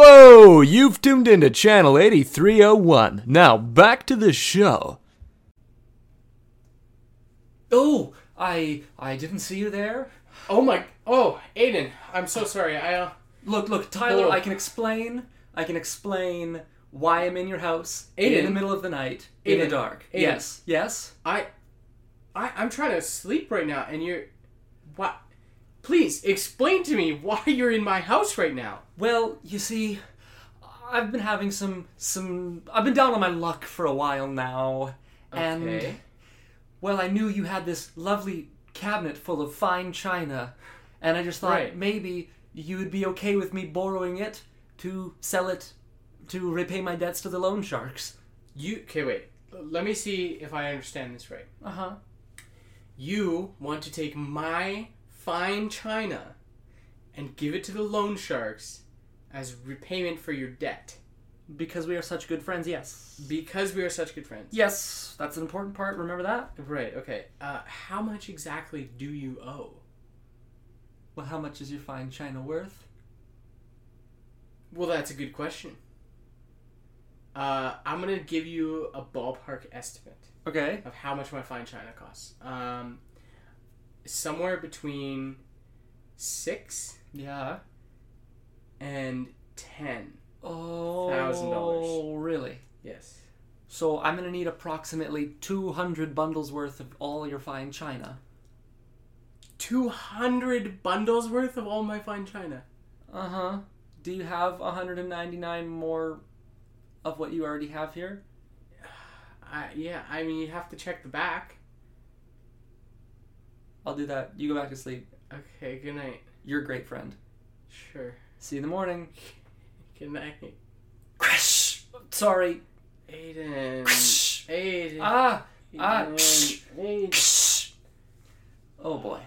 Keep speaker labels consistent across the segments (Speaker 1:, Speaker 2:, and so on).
Speaker 1: Hello, you've tuned into Channel 8301. Now, back to the show.
Speaker 2: Oh, I I didn't see you there.
Speaker 3: Oh my. Oh, Aiden, I'm so sorry. I. Uh,
Speaker 2: Look, look, Tyler,
Speaker 3: Oh.
Speaker 2: I can explain. I can explain why I'm in your house in
Speaker 3: Aiden.
Speaker 2: the middle of the night in the
Speaker 3: Aiden.
Speaker 2: dark.
Speaker 3: Aiden.
Speaker 2: Yes, yes.
Speaker 3: I, I, I'm trying to sleep right now, and you're. What? Please explain to me why you're in my house right now.
Speaker 2: Well, you see, I've been having some some I've been down on my luck for a while now. And
Speaker 3: Okay.
Speaker 2: well, I knew you had this lovely cabinet full of fine china, and I just thought
Speaker 3: Right.
Speaker 2: maybe you would be okay with me borrowing it to sell it to repay my debts to the loan sharks.
Speaker 3: You. Okay, wait. Let me see if I understand this right.
Speaker 2: Uh-huh.
Speaker 3: You want to take my fine china and give it to the loan sharks as repayment for your debt
Speaker 2: Because we are such good friends, yes.
Speaker 3: because we are such good friends.
Speaker 2: Yes, that's an important part. Remember that?
Speaker 3: Right. Okay. Uh, how much exactly do you owe?
Speaker 2: Well, how much is your fine china worth?
Speaker 3: Well, that's a good question. Uh, I'm gonna give you a ballpark estimate
Speaker 2: Okay.
Speaker 3: of how much my fine china costs. Um, somewhere between six
Speaker 2: Yeah.
Speaker 3: and ten.
Speaker 2: Oh.
Speaker 3: $1,000.
Speaker 2: Really?
Speaker 3: Yes.
Speaker 2: So I'm gonna need approximately 200 bundles worth of all your fine china.
Speaker 3: Two hundred bundles worth of all my fine china.
Speaker 2: Uh huh. Do you have 199 more of what you already have here?
Speaker 3: I, yeah. I mean, you have to check the back.
Speaker 2: I'll do that. You go back to sleep.
Speaker 3: Okay. Good night.
Speaker 2: You're a great friend.
Speaker 3: Sure.
Speaker 2: See you in the morning.
Speaker 3: Good night,
Speaker 2: Crash. Sorry.
Speaker 3: Aiden.
Speaker 2: Crash.
Speaker 3: Aiden.
Speaker 2: Ah. Ah.
Speaker 3: Aiden. Aiden.
Speaker 2: Psh. Oh boy.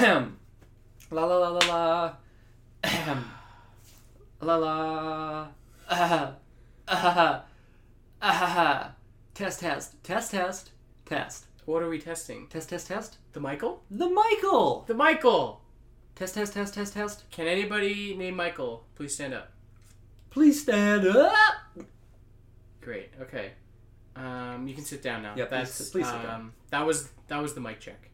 Speaker 2: la la la la la. Ahem. la la. Ah. Ah. Ah. Test, test, test, test, test,
Speaker 3: What are we testing?
Speaker 2: test, test, test.
Speaker 3: The Michael?
Speaker 2: The Michael.
Speaker 3: The Michael!
Speaker 2: Test, test, test, test, test.
Speaker 3: Can anybody named Michael please stand up?
Speaker 2: Please stand up.
Speaker 3: Great. Okay. Um, you can sit down now.
Speaker 2: Yeah, please
Speaker 3: That's
Speaker 2: sit- please sit
Speaker 3: um,
Speaker 2: down.
Speaker 3: That was that was the mic check.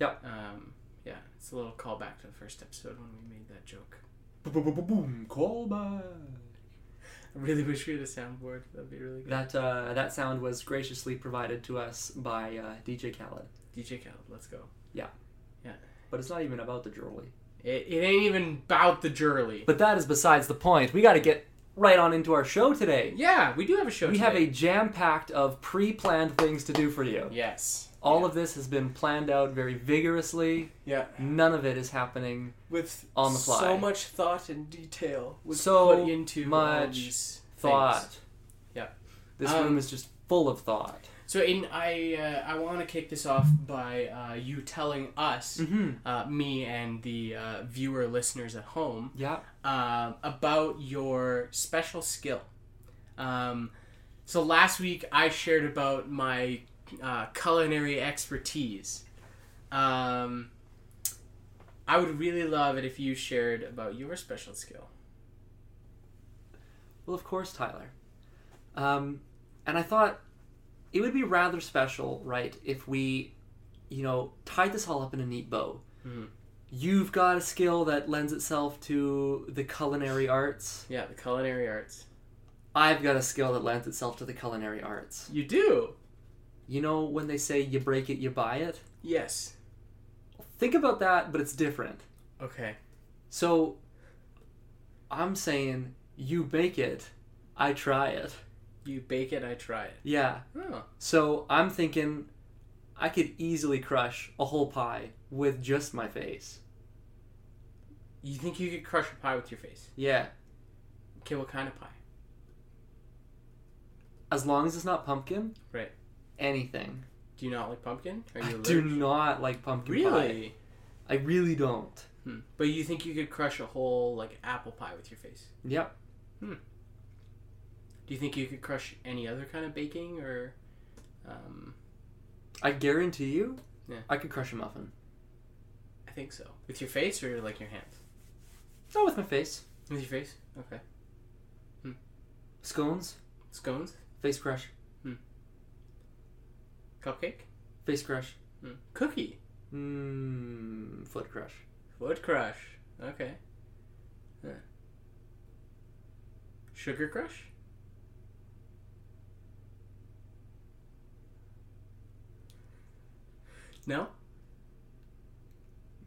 Speaker 2: Yep.
Speaker 3: Um, yeah, it's a little callback to the first episode when we made that joke.
Speaker 2: Boom, call back.
Speaker 3: I really wish we had a soundboard. That'd be really good.
Speaker 2: That uh, that sound was graciously provided to us by uh, DJ Khaled,
Speaker 3: DJ Khaled, let's go.
Speaker 2: but it's not even about the jewelry.
Speaker 3: It, it ain't even about the jury.
Speaker 2: But that is besides the point. We got to get right on into our show today.
Speaker 3: Yeah, we do have a show.
Speaker 2: We have a jam packed of pre planned things to do for you.
Speaker 3: yes.
Speaker 2: All of this has been planned out very vigorously.
Speaker 3: Yeah,
Speaker 2: None of it is happening
Speaker 3: with
Speaker 2: On the fly.
Speaker 3: so much thought and detail was
Speaker 2: So
Speaker 3: put into all
Speaker 2: much
Speaker 3: these
Speaker 2: thought.
Speaker 3: things. Yeah.
Speaker 2: This
Speaker 3: Um,
Speaker 2: room is just full of thought.
Speaker 3: So, in I uh, I want to kick this off by uh, you telling us,
Speaker 2: Mm.
Speaker 3: uh, me and the uh, viewer listeners at home,
Speaker 2: Yeah.
Speaker 3: um, about your special skill. Um, so last week I shared about my uh, culinary expertise. Um, I would really love it if you shared about your special skill.
Speaker 2: Well, of course, Tyler. Um, and I thought it would be rather special, right, if we, you know, tied this all up in a neat bow.
Speaker 3: Mhm.
Speaker 2: You've got a skill that lends itself to the culinary arts.
Speaker 3: Yeah, the culinary arts.
Speaker 2: I've got a skill that lends itself to the culinary arts.
Speaker 3: You do.
Speaker 2: You know, when they say you break it, you buy it?
Speaker 3: Yes.
Speaker 2: Think about that, but it's different.
Speaker 3: Okay.
Speaker 2: So I'm saying you make it, I try it.
Speaker 3: You bake it, I try it.
Speaker 2: Yeah.
Speaker 3: Oh.
Speaker 2: So I'm thinking I could easily crush a whole pie with just my face.
Speaker 3: You think you could crush a pie with your face?
Speaker 2: Yeah.
Speaker 3: Okay, what kind of pie?
Speaker 2: As long as it's not pumpkin.
Speaker 3: Right.
Speaker 2: Anything.
Speaker 3: Do you not like pumpkin? Are you
Speaker 2: I
Speaker 3: allergic?
Speaker 2: do not like pumpkin pie.
Speaker 3: Really?
Speaker 2: I really don't.
Speaker 3: Hmm. But you think you could crush a whole like apple pie with your face?
Speaker 2: Yep.
Speaker 3: Do you think you could crush any other kind of baking or? Um,
Speaker 2: I guarantee you,
Speaker 3: Yeah.
Speaker 2: I could crush a muffin.
Speaker 3: I think so. With your face or like your hands?
Speaker 2: Not with my face.
Speaker 3: With your face. Okay.
Speaker 2: Scones,
Speaker 3: Scones.
Speaker 2: face crush,
Speaker 3: Cupcake.
Speaker 2: face crush,
Speaker 3: Hmm. Cookie.
Speaker 2: mmm, foot crush.
Speaker 3: Wood crush. Okay. Huh. Sugar crush. No.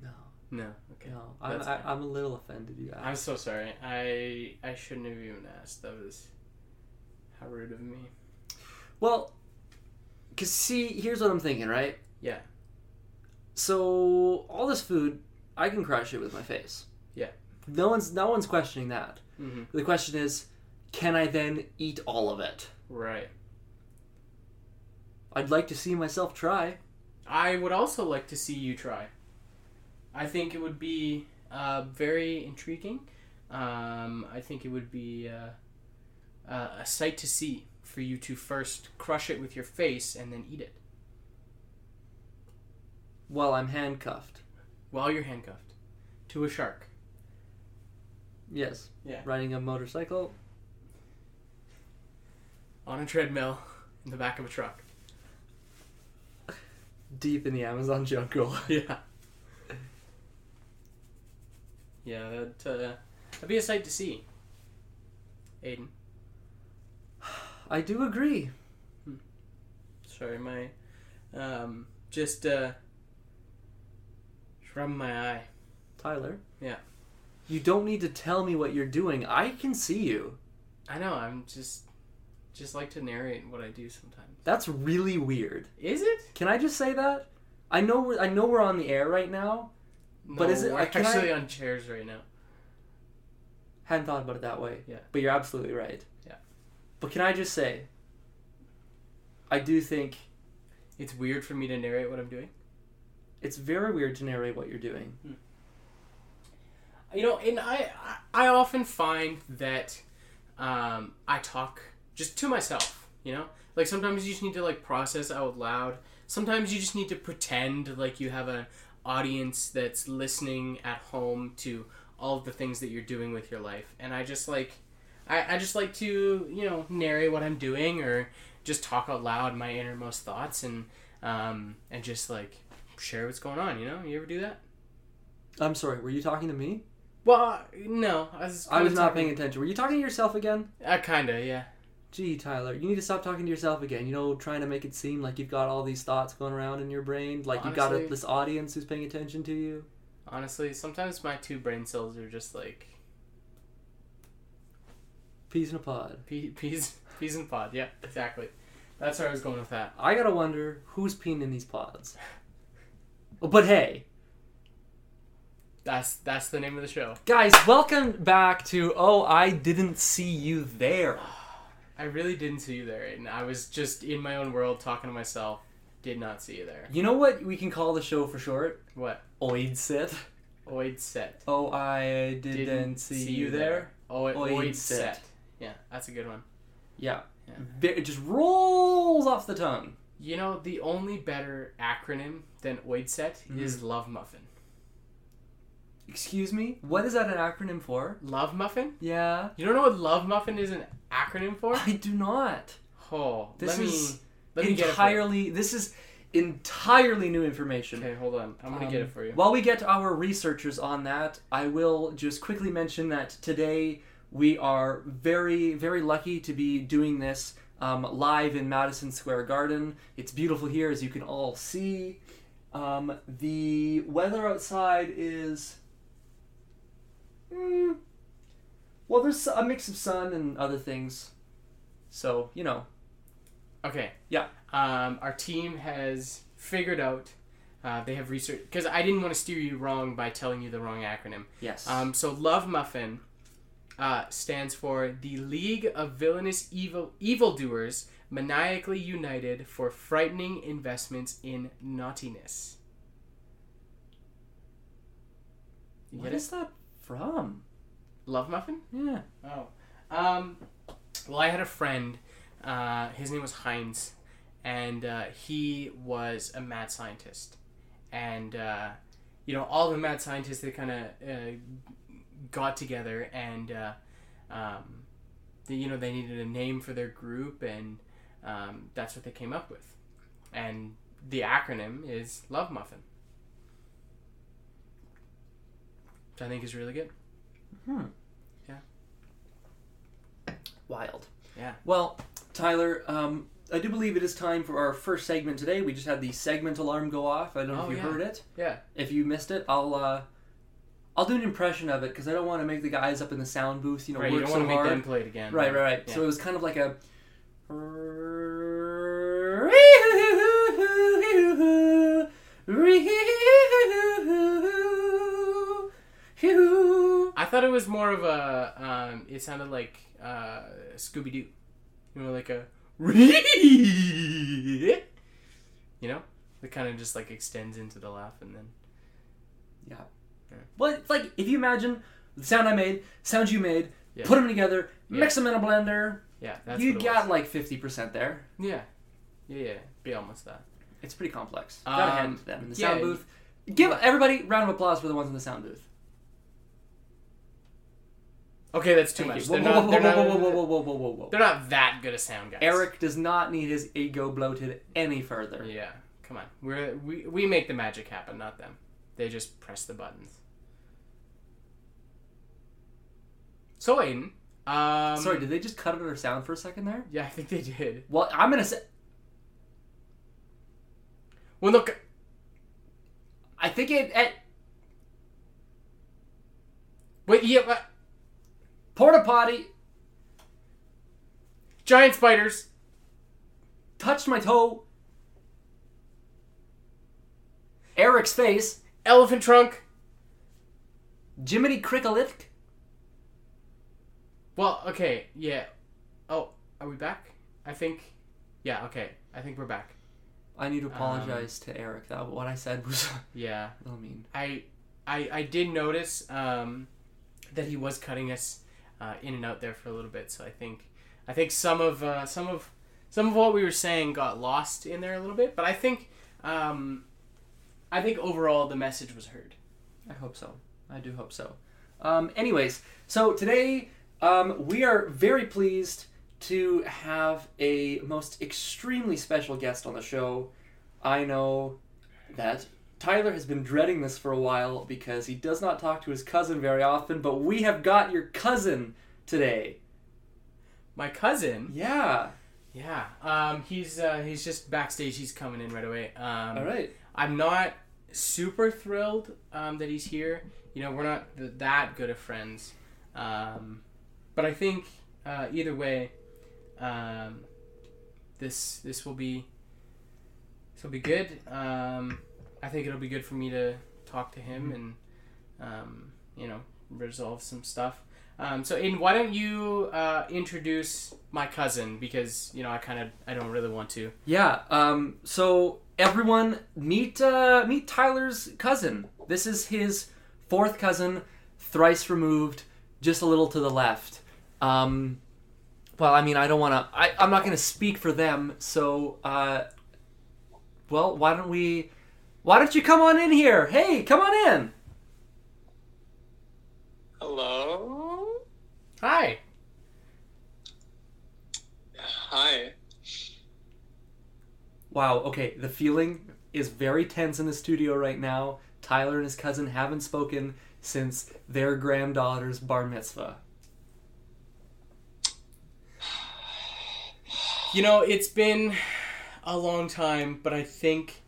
Speaker 2: No,
Speaker 3: No. Okay.
Speaker 2: no, I'm,
Speaker 3: That's
Speaker 2: I,
Speaker 3: fine.
Speaker 2: I'm a little offended you
Speaker 3: I'm
Speaker 2: asked.
Speaker 3: so sorry. I I shouldn't have even asked. That was how rude of me.
Speaker 2: Well, cause see, here's what I'm thinking, right?
Speaker 3: Yeah.
Speaker 2: So all this food, I can crush it with my face.
Speaker 3: Yeah.
Speaker 2: No one's no one's questioning that.
Speaker 3: Mm-hmm.
Speaker 2: The question is, can I then eat all of it?
Speaker 3: Right.
Speaker 2: I'd like to see myself try.
Speaker 3: I would also like to see you try. I think it would be uh, very intriguing. Um, I think it would be uh, uh, a sight to see for you to first crush it with your face and then eat it
Speaker 2: Well, I'm handcuffed.
Speaker 3: while you're handcuffed to a shark.
Speaker 2: Yes.
Speaker 3: Yeah.
Speaker 2: Riding a motorcycle.
Speaker 3: On a treadmill in the back of a truck.
Speaker 2: deep in the Amazon jungle.
Speaker 3: Yeah. Yeah, that'd, uh, that'd be a sight to see. Aiden,
Speaker 2: I do agree.
Speaker 3: sorry, my, um, just, uh, just rubbing my eye.
Speaker 2: Tyler.
Speaker 3: Yeah.
Speaker 2: You don't need to tell me what you're doing. I can see you.
Speaker 3: I know, I'm just, just like to narrate what I do sometimes.
Speaker 2: That's really weird.
Speaker 3: Is it?
Speaker 2: Can I just say that? I know we're I know we're on the air right now. But
Speaker 3: No,
Speaker 2: is it-
Speaker 3: We're
Speaker 2: like, can I-
Speaker 3: actually on chairs right now.
Speaker 2: Hadn't thought about it that way.
Speaker 3: Yeah.
Speaker 2: But you're absolutely right.
Speaker 3: Yeah.
Speaker 2: But can I just say I do think
Speaker 3: It's weird for me to narrate what I'm doing.
Speaker 2: it's very weird to narrate what you're doing.
Speaker 3: you know and i i I often find that um i talk just to myself you know like sometimes you just need to like process out loud sometimes you just need to pretend like you have an audience that's listening at home to all of the things that you're doing with your life and i just like i, I just like to you know narrate what i'm doing or just talk out loud my innermost thoughts and um and just like share what's going on you know you ever do that
Speaker 2: I'm sorry, were you talking to me?
Speaker 3: well, no, I was.
Speaker 2: I was not paying attention. Were you talking to yourself again?
Speaker 3: Uh, kinda, yeah.
Speaker 2: Gee, Tyler, you need to stop talking to yourself again. You know, trying to make it seem like you've got all these thoughts going around in your brain, like you've got a,
Speaker 3: Honestly-
Speaker 2: this audience who's paying attention to you.
Speaker 3: Honestly, sometimes my two brain cells are just like
Speaker 2: Peas in a pod.
Speaker 3: pea- peas, peas and pod. Yeah, exactly. That's where I was going with that.
Speaker 2: I gotta wonder who's peeing in these pods. Oh, But hey,
Speaker 3: That's that's the name of the show.
Speaker 2: guys, welcome back to Oh, I Didn't See You There.
Speaker 3: I really didn't see you there, and I was just in my own world talking to myself. Did not see you there.
Speaker 2: You know what we can call the show for short?
Speaker 3: What?
Speaker 2: Oid Sit.
Speaker 3: Oid set.
Speaker 2: Oh, I didn't, see, you there.
Speaker 3: Oid,
Speaker 2: Oid
Speaker 3: oid
Speaker 2: set.
Speaker 3: set. Yeah, that's a good one.
Speaker 2: Yeah.
Speaker 3: Yeah.
Speaker 2: Ve- It just rolls off the tongue.
Speaker 3: You know, the only better acronym than oid set
Speaker 2: Mm-hmm.
Speaker 3: is love muffin.
Speaker 2: Excuse me? What is that an acronym for?
Speaker 3: Love muffin?
Speaker 2: Yeah.
Speaker 3: You don't know what love muffin is an acronym for?
Speaker 2: I do not.
Speaker 3: Oh,
Speaker 2: This
Speaker 3: let
Speaker 2: is
Speaker 3: me let me get it. For you.
Speaker 2: entirely. This is entirely new information.
Speaker 3: Okay, hold on. I'm gonna get
Speaker 2: Um,
Speaker 3: it for you.
Speaker 2: While we get our researchers on that, I will just quickly mention that today we are very, very lucky to be doing this um, live in Madison Square Garden. It's beautiful here, as you can all see. Um, the weather outside is. Mm, well, there's a mix of sun and other things. So, you know,
Speaker 3: Okay.
Speaker 2: Yeah.
Speaker 3: Um, our team has figured out. Uh, they have research because I didn't want to steer you wrong by telling you the wrong acronym.
Speaker 2: yes.
Speaker 3: Um, so Love Muffin uh, stands for the League of Villainous Evil Evildoers Maniacally United for Frightening Investments in Naughtiness. You
Speaker 2: What
Speaker 3: get
Speaker 2: is that from?
Speaker 3: it? Love muffin?
Speaker 2: Yeah.
Speaker 3: Oh. Um, well, I had a friend. Uh, his name was Heinz, and uh, he was a mad scientist. And, uh, you know, all the mad scientists, they kind of uh, got together and, uh, um, they, you know, they needed a name for their group, and um, that's what they came up with. And the acronym is Love Muffin. Which I think is really good.
Speaker 2: Wild.
Speaker 3: Yeah.
Speaker 2: Well, Tyler, um, I do believe it is time for our first segment today. We just had the segment alarm go off. I don't know
Speaker 3: Oh,
Speaker 2: if you
Speaker 3: yeah.
Speaker 2: heard it.
Speaker 3: Yeah.
Speaker 2: If you missed it, I'll uh, I'll do an impression of it because I don't want to make the guys up in the sound booth, you know,
Speaker 3: Right, you
Speaker 2: work
Speaker 3: don't
Speaker 2: so
Speaker 3: want to make
Speaker 2: hard.
Speaker 3: them play it again.
Speaker 2: Right, right, right.
Speaker 3: Yeah.
Speaker 2: So it was kind of like a.
Speaker 3: I thought it was more of a. Um, it sounded like uh, Scooby Doo, you know, like a. You know, it kind of just like extends into the laugh, and then
Speaker 2: Well, it's like if you imagine the sound I made, sounds you made, put
Speaker 3: Yeah.
Speaker 2: 'em put them together,
Speaker 3: Yeah.
Speaker 2: mix them in a blender,
Speaker 3: yeah, that's
Speaker 2: you
Speaker 3: what it
Speaker 2: got like fifty percent there.
Speaker 3: was. yeah, yeah, yeah, be almost that.
Speaker 2: It's pretty complex. Gotta hand it to
Speaker 3: Um,
Speaker 2: them in the
Speaker 3: yeah,
Speaker 2: sound
Speaker 3: you-
Speaker 2: booth. Give everybody round of applause for the ones in the sound booth.
Speaker 3: Okay, that's too
Speaker 2: Thank
Speaker 3: much.
Speaker 2: you.
Speaker 3: They're
Speaker 2: Whoa,
Speaker 3: not.
Speaker 2: whoa,
Speaker 3: They're
Speaker 2: whoa,
Speaker 3: not.
Speaker 2: whoa, whoa, whoa, whoa, whoa, whoa, whoa.
Speaker 3: They're not that good a sound guys.
Speaker 2: Eric does not need his ego bloated any further.
Speaker 3: Yeah, come on. We're we we make the magic happen, not them. They just press the buttons. So Aiden, um,
Speaker 2: Sorry, did they just cut out our sound for a second there?
Speaker 3: Yeah, I think they did.
Speaker 2: Well, I'm gonna say
Speaker 3: Well, look.
Speaker 2: I think it at
Speaker 3: Wait, yeah, but
Speaker 2: porta potty
Speaker 3: giant spiders.
Speaker 2: touched my toe. Eric's face.
Speaker 3: Elephant trunk.
Speaker 2: Jiminy Crickalick.
Speaker 3: Well, okay, yeah. Oh, are we back? I think. Yeah, okay. I think we're back.
Speaker 2: I need to apologize to Eric. That what I said was
Speaker 3: Yeah,
Speaker 2: a little mean.
Speaker 3: I, I, I did notice um, that he was cutting us uh, in and out there for a little bit. So I think, I think some of uh, some of some of what we were saying got lost in there a little bit. But I think, um, I think overall the message was heard.
Speaker 2: I hope so. I do hope so. Um, anyways, so today um, we are very pleased to have a most extremely special guest on the show. I know that Tyler has been dreading this for a while because he does not talk to his cousin very often, but we have got your cousin today.
Speaker 3: My cousin.
Speaker 2: Yeah.
Speaker 3: Yeah. Um, he's uh, he's just backstage. He's coming in right away. Um,
Speaker 2: All right.
Speaker 3: I'm not super thrilled um, that he's here. You know, we're not th- that good of friends, um, but I think uh, either way, um, this this will be this will be good. Um, I think it'll be good for me to talk to him and um, you know resolve some stuff. Um, so, Aiden, why don't you uh, introduce my cousin because you know I kind of I don't really want to.
Speaker 2: Yeah. Um, so everyone, meet uh, meet Tyler's cousin. This is his fourth cousin, thrice removed, just a little to the left. Um, well, I mean, I don't want to. I'm not going to speak for them. So, uh, well, why don't we? Why don't you come on in here? Hey, come on in.
Speaker 4: Hello.
Speaker 3: Hi.
Speaker 4: Hi.
Speaker 2: Wow. Okay. The feeling is very tense in the studio right now. Tyler and his cousin haven't spoken since their granddaughter's bar mitzvah.
Speaker 3: You know, it's been a long time, but I think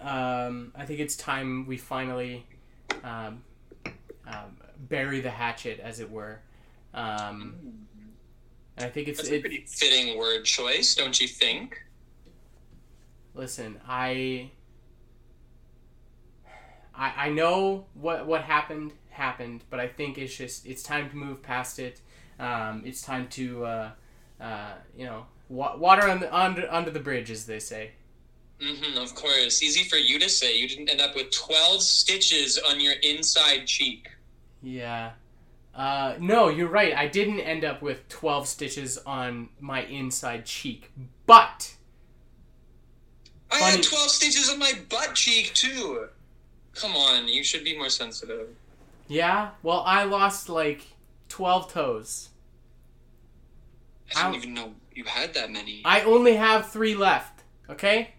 Speaker 3: um, I think it's time we finally um, um, bury the hatchet, as it were. Um, and I think it's
Speaker 4: That's a
Speaker 3: it,
Speaker 4: pretty fitting word choice, don't you think?
Speaker 3: listen i i i know what what happened happened but i think it's just it's time to move past it um it's time to uh uh you know wa- water on the under under the bridge as they say
Speaker 4: Mm-hmm, of course. Easy for you to say. You didn't end up with 12 stitches on your inside cheek.
Speaker 3: Yeah. Uh, no, you're right. I didn't end up with 12 stitches on my inside cheek. But
Speaker 4: I had
Speaker 3: Funny-
Speaker 4: 12 stitches on my butt cheek, too. Come on, you should be more sensitive.
Speaker 3: yeah, well, I lost like 12 toes.
Speaker 4: I
Speaker 3: Ow.
Speaker 4: didn't even know you had that many.
Speaker 3: I only have 3 left, okay?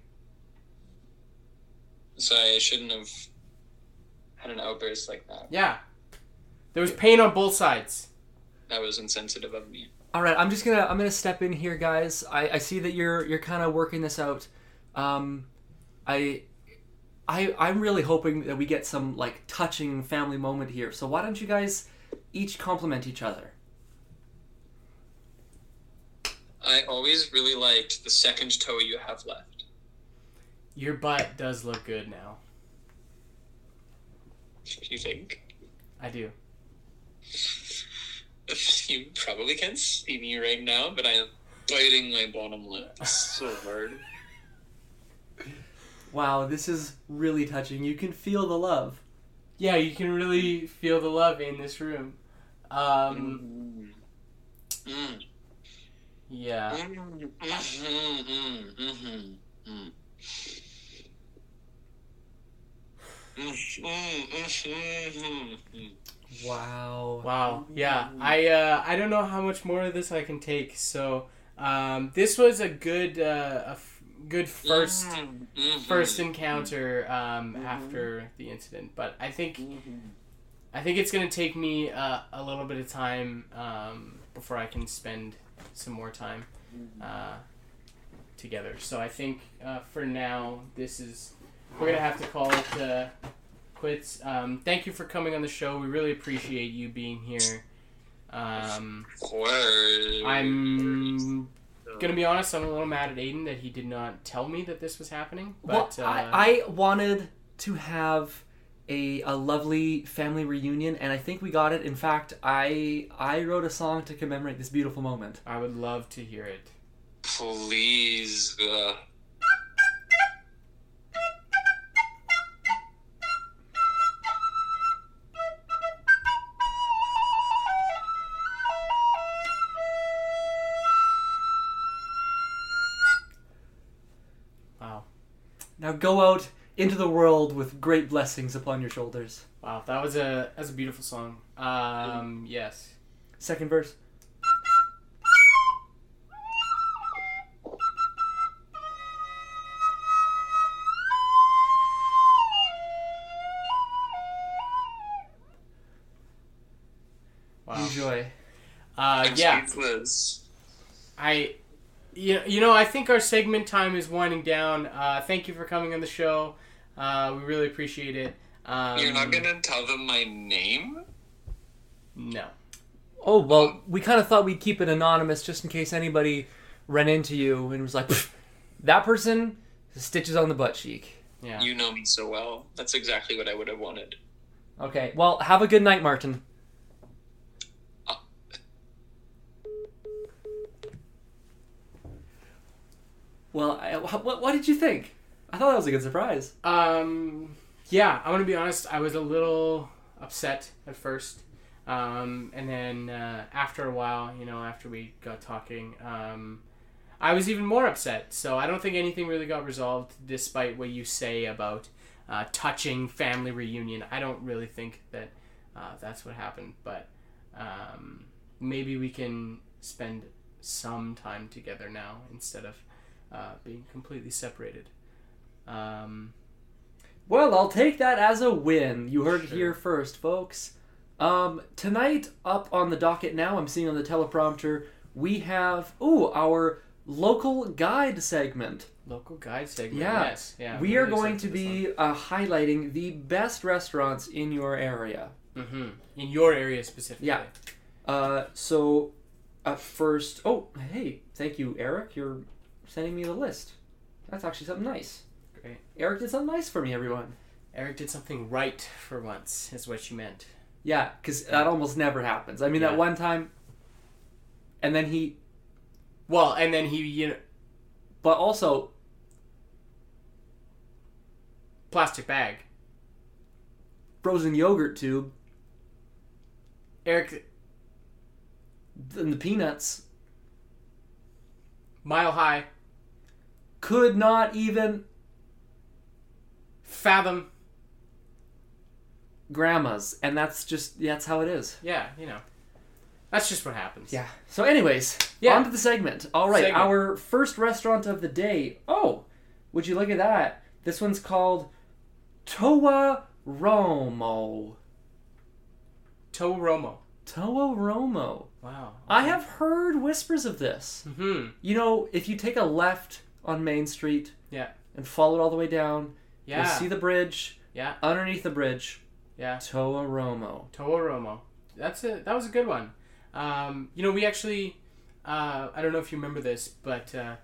Speaker 4: Sorry, I shouldn't have had an outburst like that.
Speaker 3: Yeah. There was pain on both sides.
Speaker 4: That was insensitive of me.
Speaker 2: All right, I'm just gonna I'm gonna step in here, guys. I, I see that you're you're kind of working this out. Um, I, I I'm really hoping that we get some like touching family moment here. So why don't you guys each compliment each other?
Speaker 4: I always really liked the second toe you have left.
Speaker 3: Your butt does look good now.
Speaker 4: You think?
Speaker 3: I do.
Speaker 4: You probably can't see me right now, but I am biting my bottom lip so hard.
Speaker 2: Wow, this is really touching. You can feel the love.
Speaker 3: Yeah, you can really feel the love in this room. Um,
Speaker 4: Mm. Mm.
Speaker 3: yeah.
Speaker 4: Mm. Mhm. Mm. Mhm. Mm. Mhm. Mhm. Mhm.
Speaker 2: Wow.
Speaker 3: Wow. Yeah. I uh, I don't know how much more of this I can take. So um, this was a good uh, a f- good first
Speaker 4: Mhm.
Speaker 3: first encounter um, after the incident. But I think
Speaker 4: Mhm.
Speaker 3: I think it's gonna take me uh, a little bit of time um, before I can spend some more time uh, together. So I think uh, for now this is we're gonna have to call it uh, quits. Um, thank you for coming on the show. We really appreciate you being here. Um,
Speaker 4: Word.
Speaker 3: I'm gonna be honest. I'm a little mad at Aiden that he did not tell me that this was happening. But
Speaker 2: well,
Speaker 3: uh,
Speaker 2: I, I wanted to have a, a lovely family reunion, and I think we got it. In fact, I I wrote a song to commemorate this beautiful moment.
Speaker 3: I would love to hear it.
Speaker 4: Please. Uh,
Speaker 3: Wow.
Speaker 2: Now go out into the world with great blessings upon your shoulders.
Speaker 3: Wow, that was a that's a beautiful song. Um, yes.
Speaker 2: Second verse.
Speaker 3: Wow.
Speaker 2: Enjoy.
Speaker 3: Uh,
Speaker 4: I'm
Speaker 3: yeah,
Speaker 4: speechless.
Speaker 3: I, you, you know, I think our segment time is winding down. Uh, thank you for coming on the show. Uh, we really appreciate it. Um,
Speaker 4: You're not gonna tell them my name?
Speaker 3: No.
Speaker 2: Oh well, we kind of thought we'd keep it anonymous just in case anybody ran into you and was like, "Pfft, "That person stitches on the butt cheek."
Speaker 3: Yeah.
Speaker 4: You know me so well. That's exactly what I would have wanted.
Speaker 2: Okay. Well, have a good night, Martin. Well, I, wh- what, what did you think? I thought that was a good surprise.
Speaker 3: Um, yeah, I'm gonna be honest. I was a little upset at first, um, and then uh, after a while, you know, after we got talking, um, I was even more upset. So I don't think anything really got resolved, despite what you say about uh, touching family reunion. I don't really think that uh, that's what happened, but um, maybe we can spend some time together now instead of uh, being completely separated. Um,
Speaker 2: Well, I'll take that as a win. You heard it
Speaker 3: Sure.
Speaker 2: here first, folks. Um, tonight, up on the docket now, I'm seeing on the teleprompter, we have, ooh, our local guide segment.
Speaker 3: Local guide segment.
Speaker 2: Yeah.
Speaker 3: Yes. Yeah.
Speaker 2: we are going to be uh, highlighting the best restaurants in your area.
Speaker 3: hmm in your area specifically.
Speaker 2: Yeah. Uh, so, uh, first, oh, hey, thank you, Eric. You're sending me the list. That's actually something nice.
Speaker 3: Great.
Speaker 2: Eric did something nice for me, everyone.
Speaker 3: Eric did something right for once, is what you meant.
Speaker 2: Yeah, because that almost never happens. I mean,
Speaker 3: Yeah.
Speaker 2: that one time, and then he,
Speaker 3: Well, and then he you know,
Speaker 2: but also,
Speaker 3: plastic bag.
Speaker 2: frozen yogurt tube.
Speaker 3: Eric,
Speaker 2: And the Peanuts
Speaker 3: Mile High,
Speaker 2: could not even
Speaker 3: Fathom.
Speaker 2: grandmas, and that's just that's how it is.
Speaker 3: Yeah, you know. That's just what happens.
Speaker 2: Yeah. So, anyways,
Speaker 3: Yeah.
Speaker 2: on to the segment. All right,
Speaker 3: Segment.
Speaker 2: our first restaurant of the day. Oh, would you look at that? This one's called Toa Romo.
Speaker 3: Toe Romo.
Speaker 2: Toa Romo.
Speaker 3: Wow.
Speaker 2: I have heard whispers of this.
Speaker 3: Hmm.
Speaker 2: You know, if you take a left on Main Street
Speaker 3: Yeah.
Speaker 2: and follow it all the way down,
Speaker 3: Yeah.
Speaker 2: you'll see the bridge.
Speaker 3: Yeah.
Speaker 2: Underneath the bridge,
Speaker 3: Yeah.
Speaker 2: Toa Romo.
Speaker 3: Toa Romo. That's a that was a good one. Um, you know, we actually uh, I don't know if you remember this, but uh,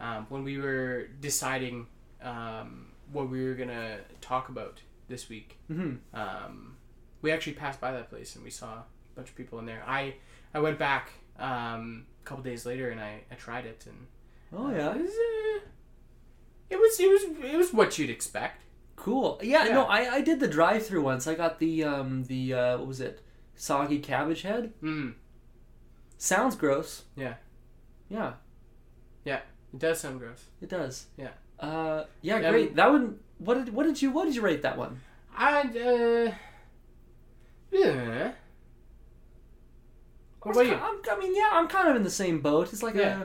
Speaker 3: um, when we were deciding um, what we were gonna talk about this week,
Speaker 2: Mhm.
Speaker 3: um, we actually passed by that place and we saw a bunch of people in there. I I went back um, a couple days later and I, I tried it and
Speaker 2: Oh
Speaker 3: uh,
Speaker 2: yeah,
Speaker 3: it was, uh, it was it was it was what you'd expect.
Speaker 2: cool. Yeah,
Speaker 3: Yeah.
Speaker 2: no, I, I did the drive through once. I got the um the uh, what was it? Soggy cabbage head.
Speaker 3: Mm,
Speaker 2: Sounds gross.
Speaker 3: Yeah.
Speaker 2: Yeah,
Speaker 3: it does sound gross.
Speaker 2: it does.
Speaker 3: Yeah.
Speaker 2: Uh, yeah,
Speaker 3: Yeah, I
Speaker 2: great.
Speaker 3: mean-
Speaker 2: that one. What did what did you what did you rate that one?
Speaker 3: I uh, yeah. What about
Speaker 2: I was
Speaker 3: you?
Speaker 2: ki- I'm, I mean, yeah, I'm kind of in the same boat. It's like
Speaker 3: Yeah.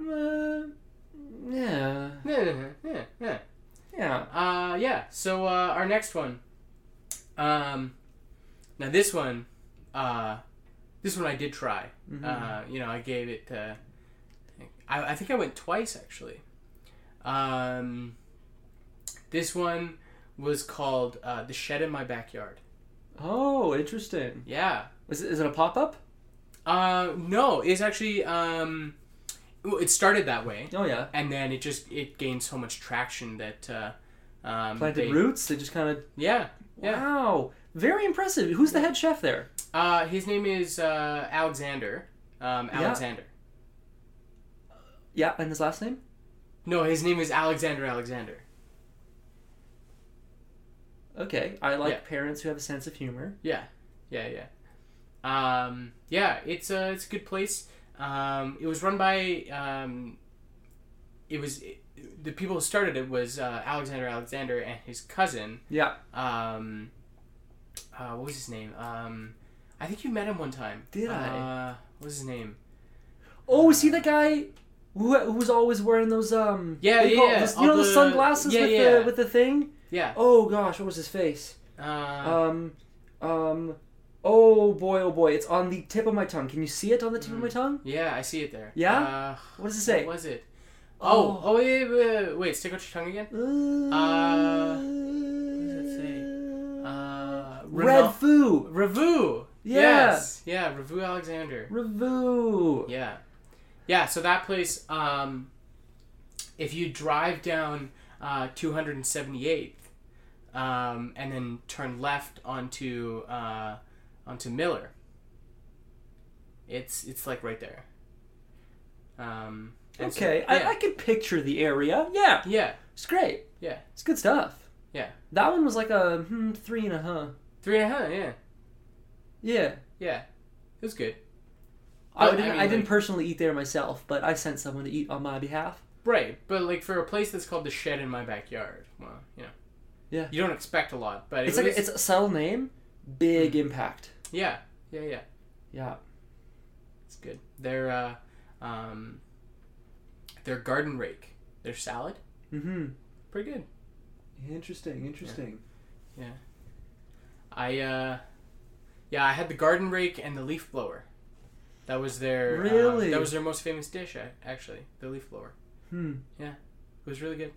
Speaker 2: a. Uh, yeah.
Speaker 3: Yeah, yeah, yeah.
Speaker 2: Yeah.
Speaker 3: Uh, yeah. So uh, our next one. Um, now this one, uh, this one I did try.
Speaker 2: Mm-hmm. Mm.
Speaker 3: Uh, you know, I gave it. Uh, I, I think I went twice actually. Um, this one was called uh, "The Shed in My Backyard."
Speaker 2: Oh, interesting.
Speaker 3: Yeah.
Speaker 2: Is it, is it a pop up?
Speaker 3: Uh, no, it's actually um, it started that way.
Speaker 2: Oh yeah.
Speaker 3: and then it just it gained so much traction that uh, um,
Speaker 2: Planted
Speaker 3: they-
Speaker 2: roots. They just kind of.
Speaker 3: Yeah, yeah.
Speaker 2: Wow. Very impressive. Who's the head chef there?
Speaker 3: Uh, his name is uh, Alexander. Um,
Speaker 2: Yeah.
Speaker 3: Alexander.
Speaker 2: Yeah, and his last name?
Speaker 3: No, his name is Alexander Alexander.
Speaker 2: Okay. I like
Speaker 3: Yeah.
Speaker 2: parents who have a sense of humor.
Speaker 3: Yeah, yeah, yeah. Um, yeah, it's a it's a good place. Um, it was run by um, it was the people who started it was uh, Alexander Alexander and his cousin.
Speaker 2: Yeah.
Speaker 3: Um, uh, what was his name? Um, I think you met him one time.
Speaker 2: Did
Speaker 3: I? Uh, what was his name?
Speaker 2: Oh, is he the guy who, who was always wearing those um?
Speaker 3: Yeah,
Speaker 2: what do you
Speaker 3: yeah,
Speaker 2: call it?
Speaker 3: yeah.
Speaker 2: Those,
Speaker 3: All
Speaker 2: you know those
Speaker 3: the-
Speaker 2: sunglasses
Speaker 3: yeah,
Speaker 2: with
Speaker 3: yeah.
Speaker 2: the with the thing.
Speaker 3: Yeah.
Speaker 2: Oh gosh, what was his face?
Speaker 3: Uh,
Speaker 2: Um, um, oh boy, oh boy, it's on the tip of my tongue. Can you see it on the tip
Speaker 3: Mm.
Speaker 2: of my tongue?
Speaker 3: yeah, I see it there.
Speaker 2: Yeah?
Speaker 3: Uh,
Speaker 2: What does it
Speaker 3: what
Speaker 2: say?
Speaker 3: was it? Oh, oh, wait, wait, wait, wait, stick out your tongue again. Uh, what does it say? Uh,
Speaker 2: Red
Speaker 3: Renault-
Speaker 2: Foo.
Speaker 3: Revu.
Speaker 2: Yeah.
Speaker 3: Yes. Yeah, Revu Alexander.
Speaker 2: Revoo.
Speaker 3: Yeah. Yeah, so that place, um, if you drive down uh, 278th um, and then turn left onto uh, onto Miller, it's it's like right there. Um, and so-
Speaker 2: Okay,
Speaker 3: yeah.
Speaker 2: I, I can picture the area. Yeah,
Speaker 3: yeah,
Speaker 2: it's great.
Speaker 3: Yeah.
Speaker 2: it's good stuff.
Speaker 3: Yeah.
Speaker 2: that one was like a hmm, three and a huh.
Speaker 3: three and a half, yeah.
Speaker 2: Yeah.
Speaker 3: Yeah, it was good.
Speaker 2: I
Speaker 3: But, I
Speaker 2: didn't, I,
Speaker 3: Oh, mean,
Speaker 2: didn't
Speaker 3: like-
Speaker 2: personally eat there myself, but I sent someone to eat on my behalf.
Speaker 3: Right, but like for a place that's called the shed in my backyard, well, you know,
Speaker 2: Yeah.
Speaker 3: you don't expect a lot, but it
Speaker 2: It's like
Speaker 3: was- Hmm.
Speaker 2: a, it's a subtle name, big impact.
Speaker 3: yeah, yeah, yeah.
Speaker 2: Yeah.
Speaker 3: It's good. Their uh, um, their garden rake, their salad,
Speaker 2: Mm-hmm.
Speaker 3: pretty good.
Speaker 2: Interesting. Interesting.
Speaker 3: I uh, yeah, I had the garden rake and the leaf blower. That was their uh,
Speaker 2: Really?
Speaker 3: that was their most famous dish, a- actually. The leaf blower.
Speaker 2: Hmm.
Speaker 3: It was really good.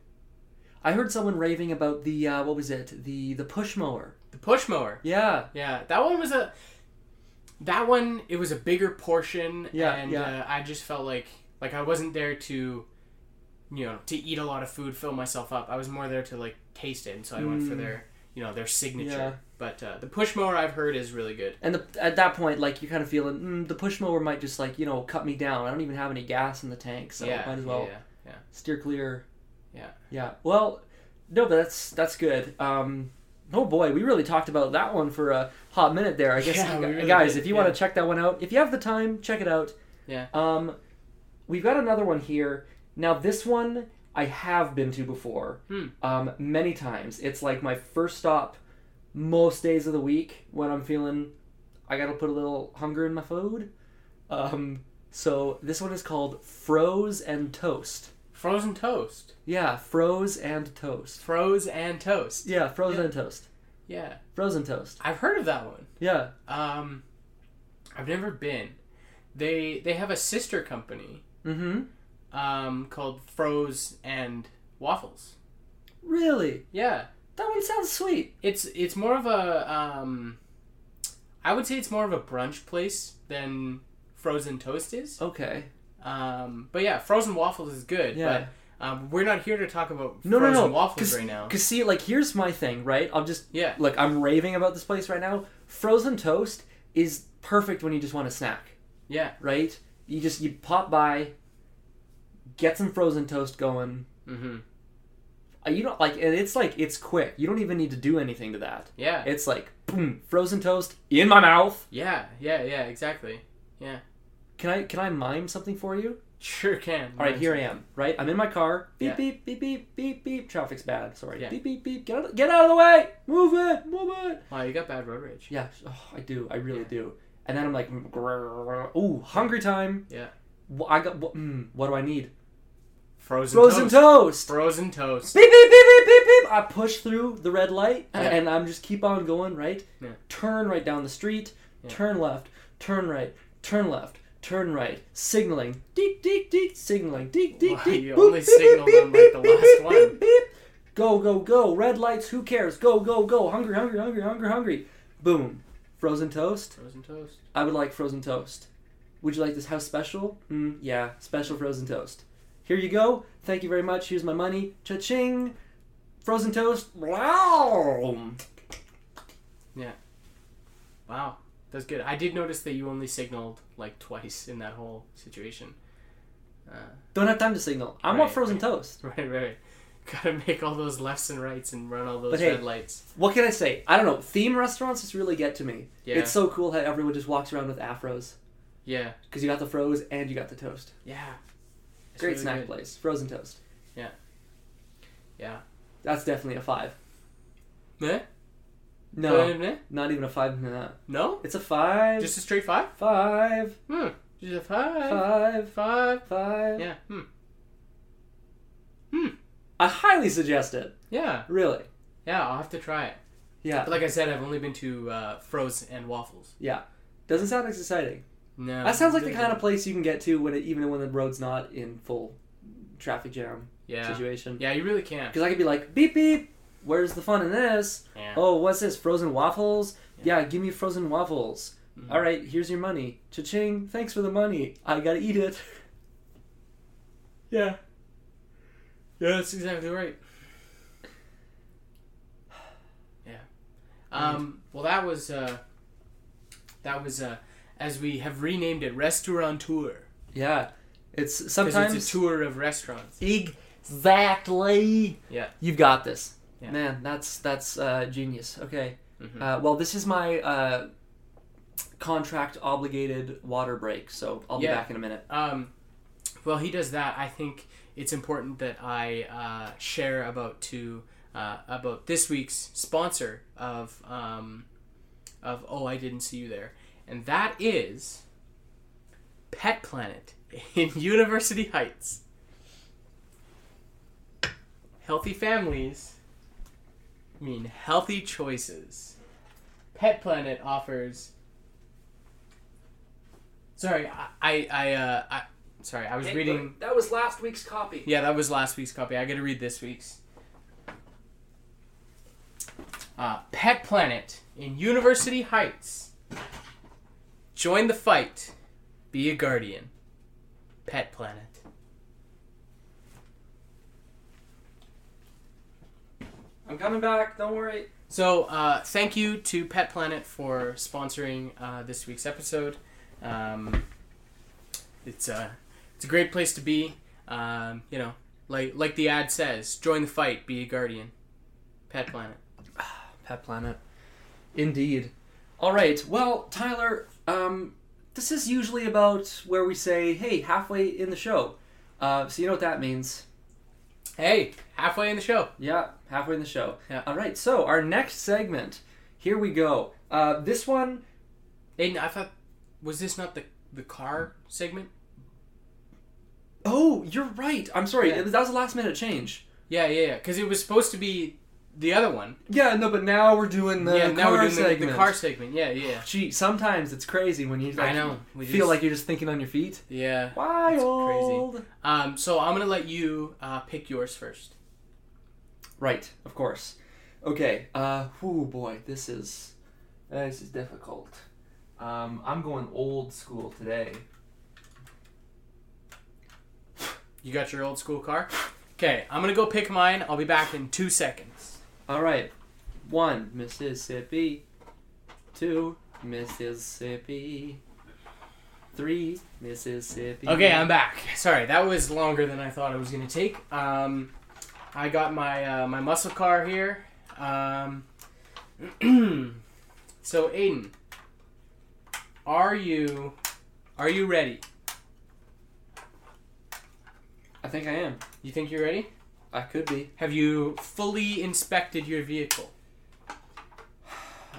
Speaker 2: I heard someone raving about the uh, what was it? The the push mower.
Speaker 3: The push mower.
Speaker 2: Yeah.
Speaker 3: Yeah, that one was a. That one, it was a bigger portion,
Speaker 2: Yeah,
Speaker 3: and
Speaker 2: yeah.
Speaker 3: Uh, I just felt like like I wasn't there to, you know, to eat a lot of food, fill myself up. I was more there to like taste it, and so I went for
Speaker 2: Mm.
Speaker 3: their you know their signature.
Speaker 2: Yeah.
Speaker 3: But uh, the push mower I've heard is really good.
Speaker 2: And the, at that point, like you're kind of feeling mm, the push mower might just like you know cut me down. I don't even have any gas in the tank, so
Speaker 3: yeah,
Speaker 2: might as well
Speaker 3: yeah, yeah.
Speaker 2: steer clear.
Speaker 3: Yeah.
Speaker 2: Yeah. Well, no, but that's that's good. Um, Oh boy, we really talked about that one for a hot minute there. I guess,
Speaker 3: Yeah, we really
Speaker 2: guys,
Speaker 3: did,
Speaker 2: if you
Speaker 3: yeah.
Speaker 2: want to check that one out, if you have the time, check it out.
Speaker 3: Yeah.
Speaker 2: Um, we've got another one here. Now, this one I have been to before,
Speaker 3: Hmm.
Speaker 2: um, many times. It's like my first stop most days of the week when I'm feeling I gotta put a little hunger in my food. Um, so this one is called Froze and Toast.
Speaker 3: Frozen toast.
Speaker 2: Yeah, froze and toast.
Speaker 3: Froze and toast.
Speaker 2: Yeah, frozen
Speaker 3: Yeah.
Speaker 2: and toast.
Speaker 3: Yeah.
Speaker 2: Frozen toast.
Speaker 3: I've heard of that one.
Speaker 2: Yeah.
Speaker 3: Um, I've never been. They they have a sister company
Speaker 2: Mm-hmm.
Speaker 3: um, called Froze and Waffles.
Speaker 2: Really?
Speaker 3: Yeah,
Speaker 2: That one sounds sweet.
Speaker 3: it's it's more of a um, I would say it's more of a brunch place than frozen toast is.
Speaker 2: Okay.
Speaker 3: Um, but yeah, frozen waffles is good.
Speaker 2: Yeah.
Speaker 3: But um, we're not here to talk about
Speaker 2: No,
Speaker 3: frozen
Speaker 2: no, no.
Speaker 3: waffles
Speaker 2: 'Cause-
Speaker 3: right now.
Speaker 2: Cause see, like, here's my thing, right? I'll just
Speaker 3: Yeah.
Speaker 2: like I'm raving about this place right now. Frozen toast is perfect when you just want a snack,
Speaker 3: Yeah.
Speaker 2: right? You just you pop by, get some frozen toast going.
Speaker 3: Mm-hmm.
Speaker 2: Uh, You don't like, and it's like it's quick. You don't even need to do anything to that.
Speaker 3: Yeah.
Speaker 2: It's like boom, frozen toast in my mouth.
Speaker 3: yeah. Yeah. Yeah. Exactly.
Speaker 2: Can I can I mime something for you?
Speaker 3: Sure can.
Speaker 2: All right, here I am. Right, I'm in my car. Beep
Speaker 3: Yeah.
Speaker 2: beep beep beep beep beep. Traffic's bad. Sorry.
Speaker 3: Yeah.
Speaker 2: Beep beep beep. Get out, of, get out of the way. Move it. Move it.
Speaker 3: Wow, you got bad road rage.
Speaker 2: Yeah, oh, I do. I really
Speaker 3: Yeah.
Speaker 2: do. And then I'm like, mm, grrr, ooh, hungry time.
Speaker 3: Yeah.
Speaker 2: Wh- I got. What, mm, what do I need?
Speaker 3: Frozen.
Speaker 2: Frozen
Speaker 3: toast.
Speaker 2: toast.
Speaker 3: Frozen toast.
Speaker 2: Beep beep beep beep beep beep. I push through the red light,
Speaker 3: Yeah.
Speaker 2: and I'm just keep on going. Right.
Speaker 3: Yeah.
Speaker 2: Turn right down the street.
Speaker 3: Yeah.
Speaker 2: Turn left. Turn right. Turn left. Turn right. Signaling. Deek deek deek. Signaling. Deek deek
Speaker 3: Wow,
Speaker 2: deek.
Speaker 3: you
Speaker 2: boop,
Speaker 3: only
Speaker 2: beep,
Speaker 3: signaled
Speaker 2: beep,
Speaker 3: on,
Speaker 2: beep,
Speaker 3: like, the
Speaker 2: beep,
Speaker 3: last
Speaker 2: beep,
Speaker 3: one.
Speaker 2: Beep, beep. Go go go. Red lights. Who cares? Go go go. Hungry hungry hungry hungry hungry. Boom. Frozen toast.
Speaker 3: Frozen toast.
Speaker 2: I would like frozen toast. Would you like this house special? Mm, yeah, special frozen toast. Here you go. Thank you very much. Here's my money. Cha-ching. Frozen toast. Wow.
Speaker 3: Wow, that's good. I did notice that you only signaled like twice in that whole situation. Uh,
Speaker 2: Don't have time to signal. I want
Speaker 3: Right,
Speaker 2: frozen
Speaker 3: right.
Speaker 2: toast.
Speaker 3: right, right. Gotta make all those lefts and rights and run all those
Speaker 2: But hey,
Speaker 3: red lights.
Speaker 2: What can I say? I don't know. Theme restaurants just really get to me.
Speaker 3: Yeah,
Speaker 2: It's so cool how everyone just walks around with afros
Speaker 3: yeah,
Speaker 2: because you got the froze and you got the toast.
Speaker 3: yeah. It's
Speaker 2: Great
Speaker 3: really
Speaker 2: snack
Speaker 3: good.
Speaker 2: place. Frozen toast.
Speaker 3: Yeah. Yeah.
Speaker 2: That's definitely a five.
Speaker 3: Meh?
Speaker 2: No,
Speaker 3: Uh, meh?
Speaker 2: not even a five. No.
Speaker 3: No?
Speaker 2: It's a five.
Speaker 3: Just a straight five?
Speaker 2: five.
Speaker 3: Hmm. Just a five.
Speaker 2: Five.
Speaker 3: Five.
Speaker 2: Five.
Speaker 3: Yeah. Hmm.
Speaker 2: I highly suggest it.
Speaker 3: Yeah.
Speaker 2: Really.
Speaker 3: Yeah. I'll have to try it.
Speaker 2: Yeah.
Speaker 3: But like I said, I've only been to uh, Froze and Waffles.
Speaker 2: Doesn't sound as exciting.
Speaker 3: No.
Speaker 2: That sounds like the
Speaker 3: really
Speaker 2: kind of
Speaker 3: good.
Speaker 2: place you can get to when it, even when the road's not in full traffic jam
Speaker 3: Yeah.
Speaker 2: situation.
Speaker 3: Yeah, you really can.
Speaker 2: Because I could be like, beep beep, where's the fun in this?
Speaker 3: Yeah.
Speaker 2: Oh, what's this? Frozen waffles? Yeah, give me frozen waffles.
Speaker 3: Mhm.
Speaker 2: All right, here's your money. Cha ching, thanks for the money. I gotta eat it.
Speaker 3: Yeah. Yeah, that's exactly right. Yeah. Um, well, that was uh, that was uh, as we have renamed it, restaurateur,
Speaker 2: Yeah. It's
Speaker 3: because
Speaker 2: sometimes.
Speaker 3: it's a tour of restaurants.
Speaker 2: Exactly.
Speaker 3: Yeah.
Speaker 2: You've got this.
Speaker 3: Yeah.
Speaker 2: Man, that's that's uh, genius. Okay.
Speaker 3: Mhm.
Speaker 2: Uh, well, this is my uh, contract obligated water break, so I'll be
Speaker 3: Yeah.
Speaker 2: back in a minute.
Speaker 3: Um, well, he does that. I think it's important that I uh, share about to uh, about this week's sponsor of um, of oh I didn't see you there, and that is Pet Planet in University Heights. Healthy families mean healthy choices. Pet Planet offers. Sorry, I I, I, uh, I sorry I was reading.
Speaker 2: That was last week's copy.
Speaker 3: Yeah, that was last week's copy. I got to read this week's. Uh, Pet Planet in University Heights. Join the fight. Be a guardian. Pet Planet.
Speaker 2: I'm coming back. Don't worry.
Speaker 3: So, uh, thank you to Pet Planet for sponsoring uh, this week's episode. Um, it's a it's a great place to be. Um, you know, like like the ad says, join the fight, be a guardian. Pet Planet.
Speaker 2: Pet Planet. Indeed. All right. Well, Tyler, um, this is usually about where we say, "Hey, halfway in the show." Uh, so you know what that means.
Speaker 3: Hey, halfway in the show.
Speaker 2: Yeah, halfway in the show.
Speaker 3: Yeah.
Speaker 2: All right. So our next segment. Here we go. Uh, this one.
Speaker 3: Aiden, I thought was this not the the car segment?
Speaker 2: Oh, you're right. I'm sorry.
Speaker 3: Yeah.
Speaker 2: It was, that was a last minute change.
Speaker 3: Yeah, yeah, yeah. Because it was supposed to be the other one.
Speaker 2: Yeah. No, but now we're doing the
Speaker 3: yeah,
Speaker 2: car
Speaker 3: now we're doing the-
Speaker 2: segment.
Speaker 3: the, car segment. Yeah, yeah,
Speaker 2: Gee, sometimes it's crazy when you like,
Speaker 3: I know. We
Speaker 2: feel
Speaker 3: just-
Speaker 2: like you're just thinking on your feet.
Speaker 3: yeah.
Speaker 2: Wild.
Speaker 3: Um, so I'm gonna let you uh, pick yours first.
Speaker 2: Right, of course. Okay. Uh, whoo boy, this is this is difficult. Um, I'm going old school today.
Speaker 3: You got your old school car. Okay, I'm gonna go pick mine. I'll be back in two seconds.
Speaker 2: All right. One Mississippi. Two Mississippi. Three Mississippi.
Speaker 3: Okay, I'm back. Sorry, that was longer than I thought it was gonna take. Um, I got my uh, my muscle car here. Um, so Aiden, are you are you ready?
Speaker 2: I think I am.
Speaker 3: You think you're ready?
Speaker 2: I could be.
Speaker 3: Have you fully inspected your vehicle?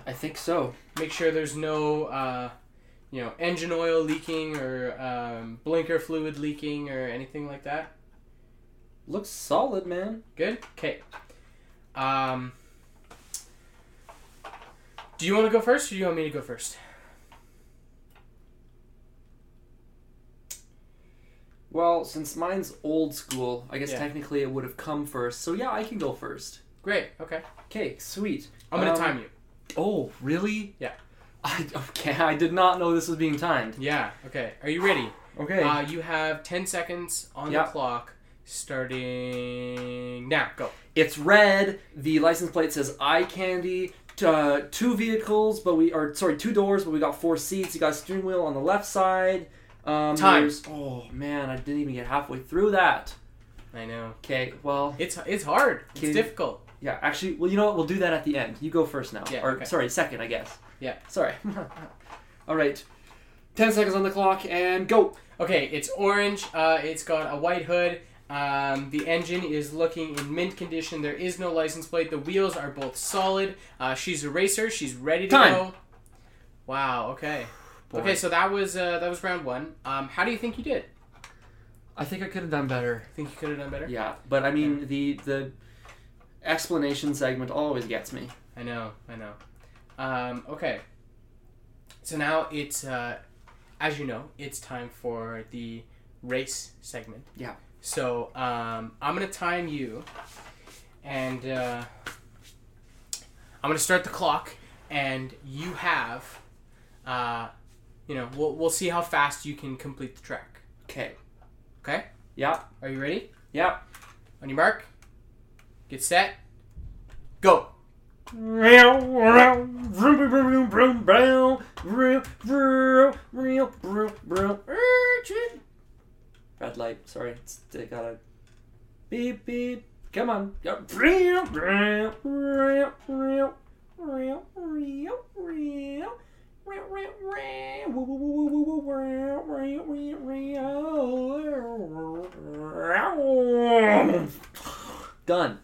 Speaker 2: I think so.
Speaker 3: Make sure there's no, uh, you know, engine oil leaking or um, blinker fluid leaking or anything like that.
Speaker 2: Looks solid, man.
Speaker 3: Good. Okay. Um, do you want to go first, or do you want me to go first?
Speaker 2: Well, since mine's old school, I guess
Speaker 3: Yeah.
Speaker 2: technically it would have come first. So yeah, I can go first.
Speaker 3: Great. Okay.
Speaker 2: Okay, sweet.
Speaker 3: I'm gonna
Speaker 2: Um,
Speaker 3: time you.
Speaker 2: Oh, really?
Speaker 3: Yeah.
Speaker 2: I okay. I did not know this was being timed.
Speaker 3: Yeah. Okay. Are you ready?
Speaker 2: Okay.
Speaker 3: Uh, you have ten seconds on
Speaker 2: Yeah.
Speaker 3: the clock, starting now. Go.
Speaker 2: it's red. The license plate says "Eye Candy." T- Uh, two vehicles, but we are sorry, two doors, but we got four seats. You got a steering wheel on the left side. Um,
Speaker 3: Time.
Speaker 2: there's- Oh man, I didn't even get halfway through that.
Speaker 3: I know.
Speaker 2: Okay. Well,
Speaker 3: It's it's hard. It's
Speaker 2: Can-
Speaker 3: difficult.
Speaker 2: yeah. Actually, well, you know what? We'll do that at the end. You go first now.
Speaker 3: Yeah,
Speaker 2: Or
Speaker 3: okay.
Speaker 2: sorry, second, I guess.
Speaker 3: Yeah.
Speaker 2: Sorry. All right. Ten seconds on the clock and go.
Speaker 3: Okay, it's orange. Uh, it's got a white hood. Um, the engine is looking in mint condition. There is no license plate. The wheels are both solid. Uh, she's a racer. She's ready to
Speaker 2: Time.
Speaker 3: go. Wow. Okay. Okay. So that was uh, that was round one. Um, how do you think you did?
Speaker 2: I think I could have done better.
Speaker 3: Think you could have done better?
Speaker 2: Yeah, but I mean the the explanation segment always gets me.
Speaker 3: I know. I know. Um, okay. So now it's uh, as you know, it's time for the race segment.
Speaker 2: Yeah.
Speaker 3: So um, I'm gonna time you, and uh, I'm gonna start the clock, and you have, uh, you know, we'll we'll see how fast you can complete the track.
Speaker 2: Okay.
Speaker 3: Okay.
Speaker 2: Yeah.
Speaker 3: Are you ready?
Speaker 2: Yeah.
Speaker 3: On your mark, get set, go.
Speaker 2: Red light. Sorry, it's I gotta beep beep. Come on. Done.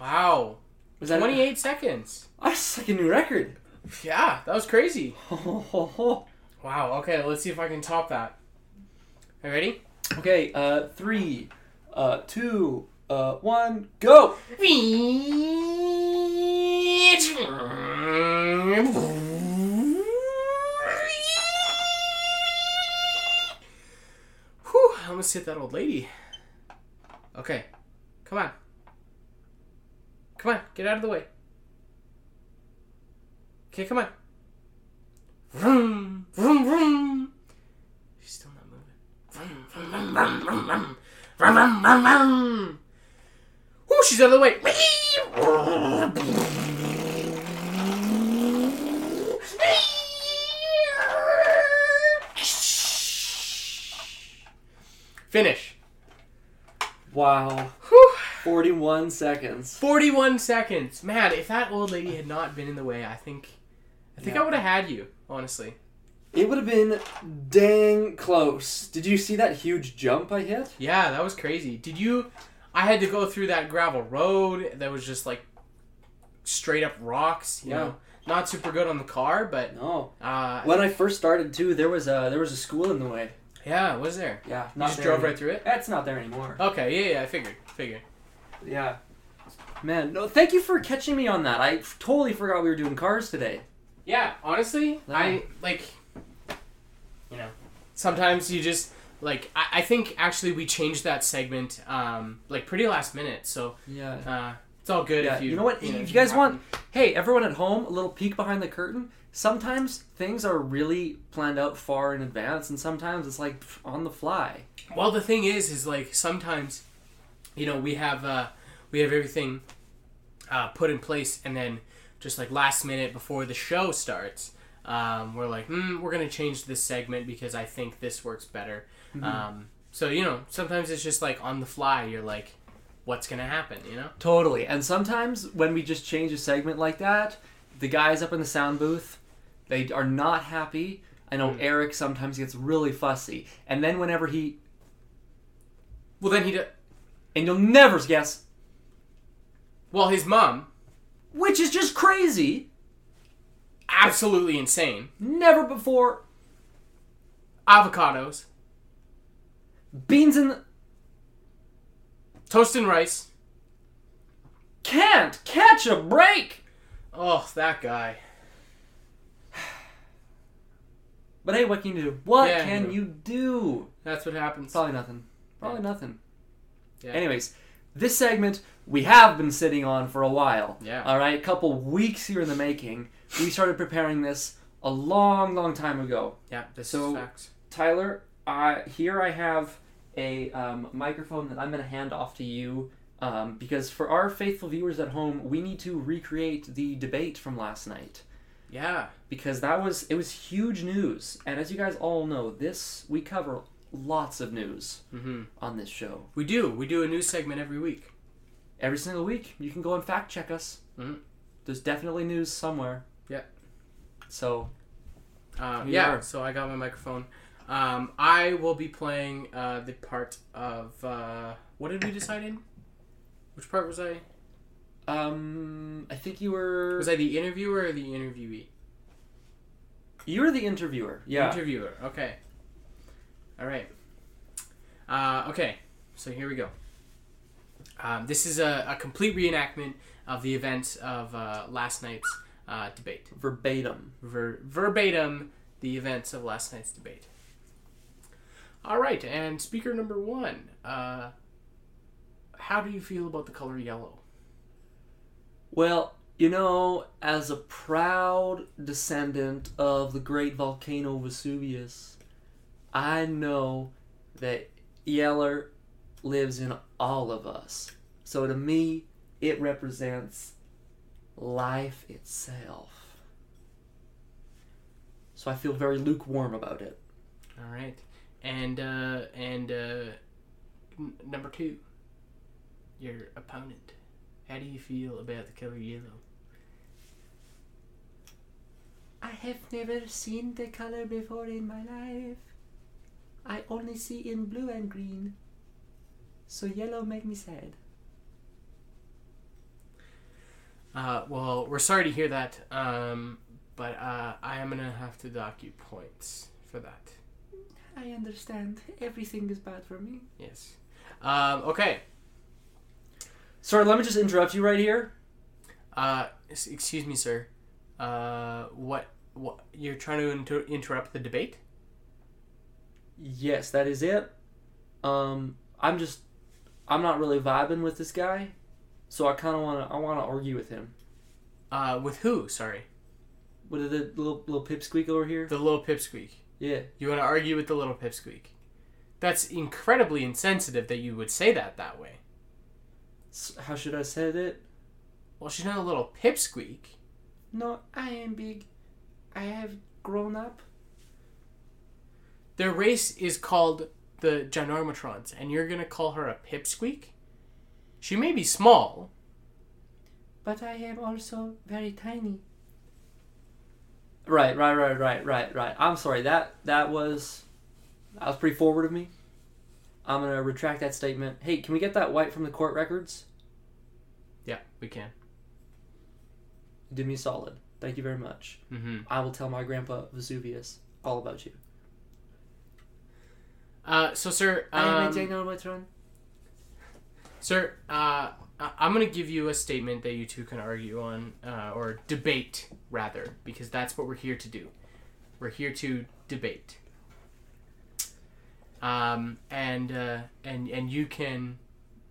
Speaker 3: Wow.
Speaker 2: Was that
Speaker 3: 28 seconds.
Speaker 2: I set a new record.
Speaker 3: Yeah, that was crazy.
Speaker 2: okay,
Speaker 3: Wow. Okay, let's see if I can top that. Are you ready?
Speaker 2: uh, three, uh, two, uh, one, go.
Speaker 3: Whew, I almost hit that old lady. Okay, come on. Come on, get out of the way. Okay, come on. Vroom, vroom, vroom. She's still not moving. Vroom, vroom, vroom, vroom, vroom, vroom, vroom, vroom, vroom. Whew, she's out of the way. Finish.
Speaker 2: Wow.
Speaker 3: Whew.
Speaker 2: 41 seconds.
Speaker 3: 41 seconds. Man, if that old lady had not been in the way, I think I think
Speaker 2: Yeah.
Speaker 3: I would have had you, honestly.
Speaker 2: It would have been dang close. Did you see that huge jump I hit?
Speaker 3: Yeah, that was crazy. Did you I had to go through that gravel road that was just like straight up rocks, you
Speaker 2: Yeah.
Speaker 3: know. Not super good on the car, but
Speaker 2: No.
Speaker 3: uh
Speaker 2: When I first started too, there was a there was a school in the way.
Speaker 3: yeah, it was there.
Speaker 2: Yeah,
Speaker 3: You just drove right through it?
Speaker 2: That's not there anymore.
Speaker 3: Okay, yeah, yeah, I figured. Figured.
Speaker 2: Yeah. Man, no, thank you for catching me on that. I f- totally forgot we were doing cars today.
Speaker 3: Yeah, honestly, I like. You know, sometimes you just like. I, I think actually we changed that segment um like pretty last minute, so
Speaker 2: Yeah.
Speaker 3: uh it's all good
Speaker 2: Yeah,
Speaker 3: if you.
Speaker 2: you know what? if you guys want, hey, everyone at home, a little peek behind the curtain. Sometimes things are really planned out far in advance, and sometimes it's like pff, on the fly.
Speaker 3: Well, the thing is, is like sometimes, you know, we have uh we have everything uh put in place, and then just like last minute before the show starts. Um, we're like, hmm, we're gonna change this segment because I think this works better. Um, so you know, sometimes it's just like on the fly. You're like, what's gonna happen? You know?
Speaker 2: Totally. And sometimes when we just change a segment like that, the guys up in the sound booth, they are not happy. I know Eric sometimes gets really fussy, and then whenever he
Speaker 3: Well, then he. d
Speaker 2: and you'll never guess,
Speaker 3: well, his mom,
Speaker 2: which is just crazy.
Speaker 3: absolutely insane.
Speaker 2: Never before
Speaker 3: Avocados,
Speaker 2: beans in the,
Speaker 3: toast and rice.
Speaker 2: can't catch a break.
Speaker 3: Oh, that guy.
Speaker 2: But hey, what can you do? What
Speaker 3: Yeah,
Speaker 2: can
Speaker 3: yeah.
Speaker 2: you do?
Speaker 3: That's what happens.
Speaker 2: Probably nothing. Probably nothing.
Speaker 3: Yeah.
Speaker 2: Anyways, this segment we have been sitting on for a while.
Speaker 3: Yeah.
Speaker 2: All right, a couple weeks here in the making. We started preparing this a long, long time ago.
Speaker 3: Yeah, this
Speaker 2: So-
Speaker 3: is facts.
Speaker 2: Tyler, I here I have a um, microphone that I'm going to hand off to you um, because for our faithful viewers at home, we need to recreate the debate from last night
Speaker 3: Yeah.
Speaker 2: because that was it was huge news and as you guys all know this we cover lots of news
Speaker 3: Mhm.
Speaker 2: on this show
Speaker 3: We do. We do a new segment every week.
Speaker 2: every single week you can go and fact check us
Speaker 3: Mhm.
Speaker 2: there's definitely news somewhere
Speaker 3: Yeah.
Speaker 2: so
Speaker 3: Uh,
Speaker 2: Here you
Speaker 3: yeah.
Speaker 2: are.
Speaker 3: So I got my microphone. Um, I will be playing uh, the part of uh, what did we decide in? Which part was I?
Speaker 2: um i think you were
Speaker 3: Was I the interviewer or the interviewee?
Speaker 2: you were the interviewer yeah
Speaker 3: Interviewer. Okay. All right. Uh, okay. So here we go. Um, this is a, a complete reenactment of the events of uh, last night's uh, debate.
Speaker 2: verbatim
Speaker 3: ver- verbatim the events of last night's debate. All right, and speaker number one, uh, how do you feel about the color yellow?
Speaker 2: well you know as a proud descendant of the great volcano vesuvius i know that yeller lives in all of us. So to me, it represents life itself. So I feel very lukewarm about it.
Speaker 3: All right, and uh, and uh, n- number two, your opponent, how do you feel about the color yellow?
Speaker 2: I have never seen the color before in my life. I only see in blue and green. So yellow make me sad.
Speaker 3: Uh, well, we're sorry to hear that, um, but uh, I am gonna have to dock you points for that.
Speaker 2: I understand. Everything is bad for me.
Speaker 3: Yes. Um, okay.
Speaker 2: Sorry, let me just interrupt you right here.
Speaker 3: Uh, s- excuse me, sir. Uh, what? What? You're trying to inter- interrupt the debate?
Speaker 2: Yes, that is it. Um, I'm just, I'm not really vibing with this guy, so I kind of wanna, I wanna argue with him.
Speaker 3: Uh, with who? Sorry,
Speaker 2: With the little little pipsqueak over here.
Speaker 3: the little pipsqueak.
Speaker 2: Yeah,
Speaker 3: You want to argue with the little pipsqueak? That's incredibly insensitive that you would say that that way.
Speaker 2: S- how should I say it?
Speaker 3: Well, she's not a little pipsqueak.
Speaker 2: No, I am big. I have grown up.
Speaker 3: Their race is called the Ginormatrons, and you're gonna call her a pipsqueak? She may be small.
Speaker 2: But I am also very tiny. Right, right, right, right, right, right. I'm sorry. That that was that was pretty forward of me. I'm gonna retract that statement. Hey, can we get that white from the court records?
Speaker 3: Yeah, we can.
Speaker 2: Do me a solid. Thank you very much.
Speaker 3: Mm-hmm.
Speaker 2: I will tell my grandpa Vesuvius all about you.
Speaker 3: Uh, so, sir,
Speaker 2: I am a
Speaker 3: um,
Speaker 2: Dinomatron.
Speaker 3: sir, uh, I- I'm gonna give you a statement that you two can argue on, uh, or debate rather, because that's what we're here to do. We're here to debate. Um, and uh, and and you can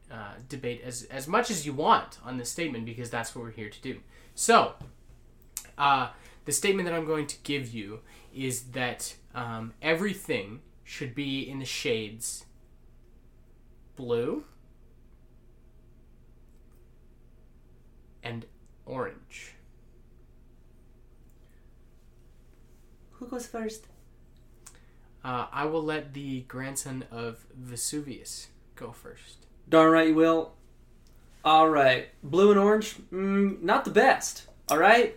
Speaker 3: uh, debate as as much as you want on this statement because that's what we're here to do. So, uh, the statement that I'm going to give you is that um, everything should be in the shades blue and orange.
Speaker 2: Who goes first?
Speaker 3: Uh, I will let the grandson of Vesuvius go first.
Speaker 2: Darn right you will. All right, blue and orange, mm, not the best. All right,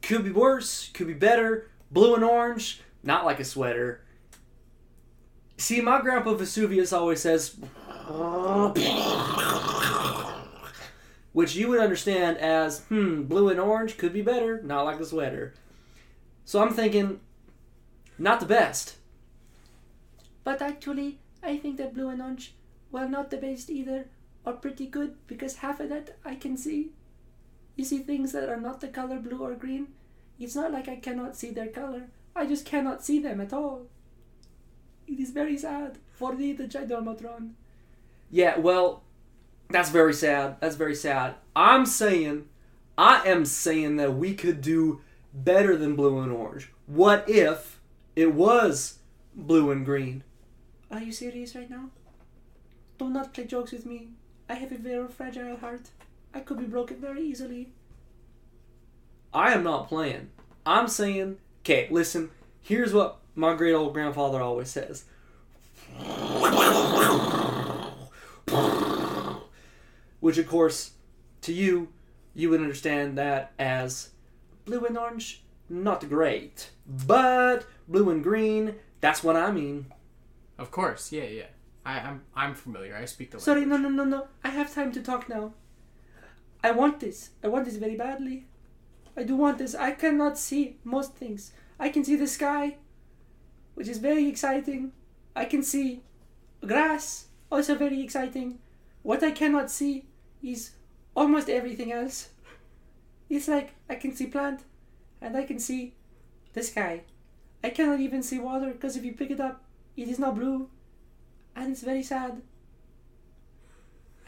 Speaker 2: could be worse, could be better. Blue and orange, not like a sweater. See, my grandpa Vesuvius always says, which you would understand as, hmm, blue and orange could be better, not like a sweater. So I'm thinking, not the best. But actually, I think that blue and orange well, not the best either, are pretty good because half of that I can see. You see things that are not the color blue or green. It's not like I cannot see their color. I just cannot see them at all. It is very sad for thee, the Ginormatron. Yeah, well, that's very sad. That's very sad. I'm saying, I am saying that we could do better than blue and orange. What if it was blue and green? Are you serious right now? Do not play jokes with me. I have a very fragile heart. I could be broken very easily. I am not playing. I'm saying, okay, listen, here's what my great old grandfather always says. Which, of course, to you, you would understand that as blue and orange, not great. But blue and green, that's what I mean.
Speaker 3: Of course, yeah, yeah. I, I'm I'm familiar. I speak the
Speaker 2: Sorry,
Speaker 3: language.
Speaker 2: no, no, no, no. I have time to talk now. I want this. I want this very badly. I do want this. I cannot see most things. I can see the sky, which is very exciting. I can see grass, also very exciting. What I cannot see is almost everything else. It's like I can see plant, and I can see the sky. I cannot even see water because if you pick it up, it is not blue, and it's very sad.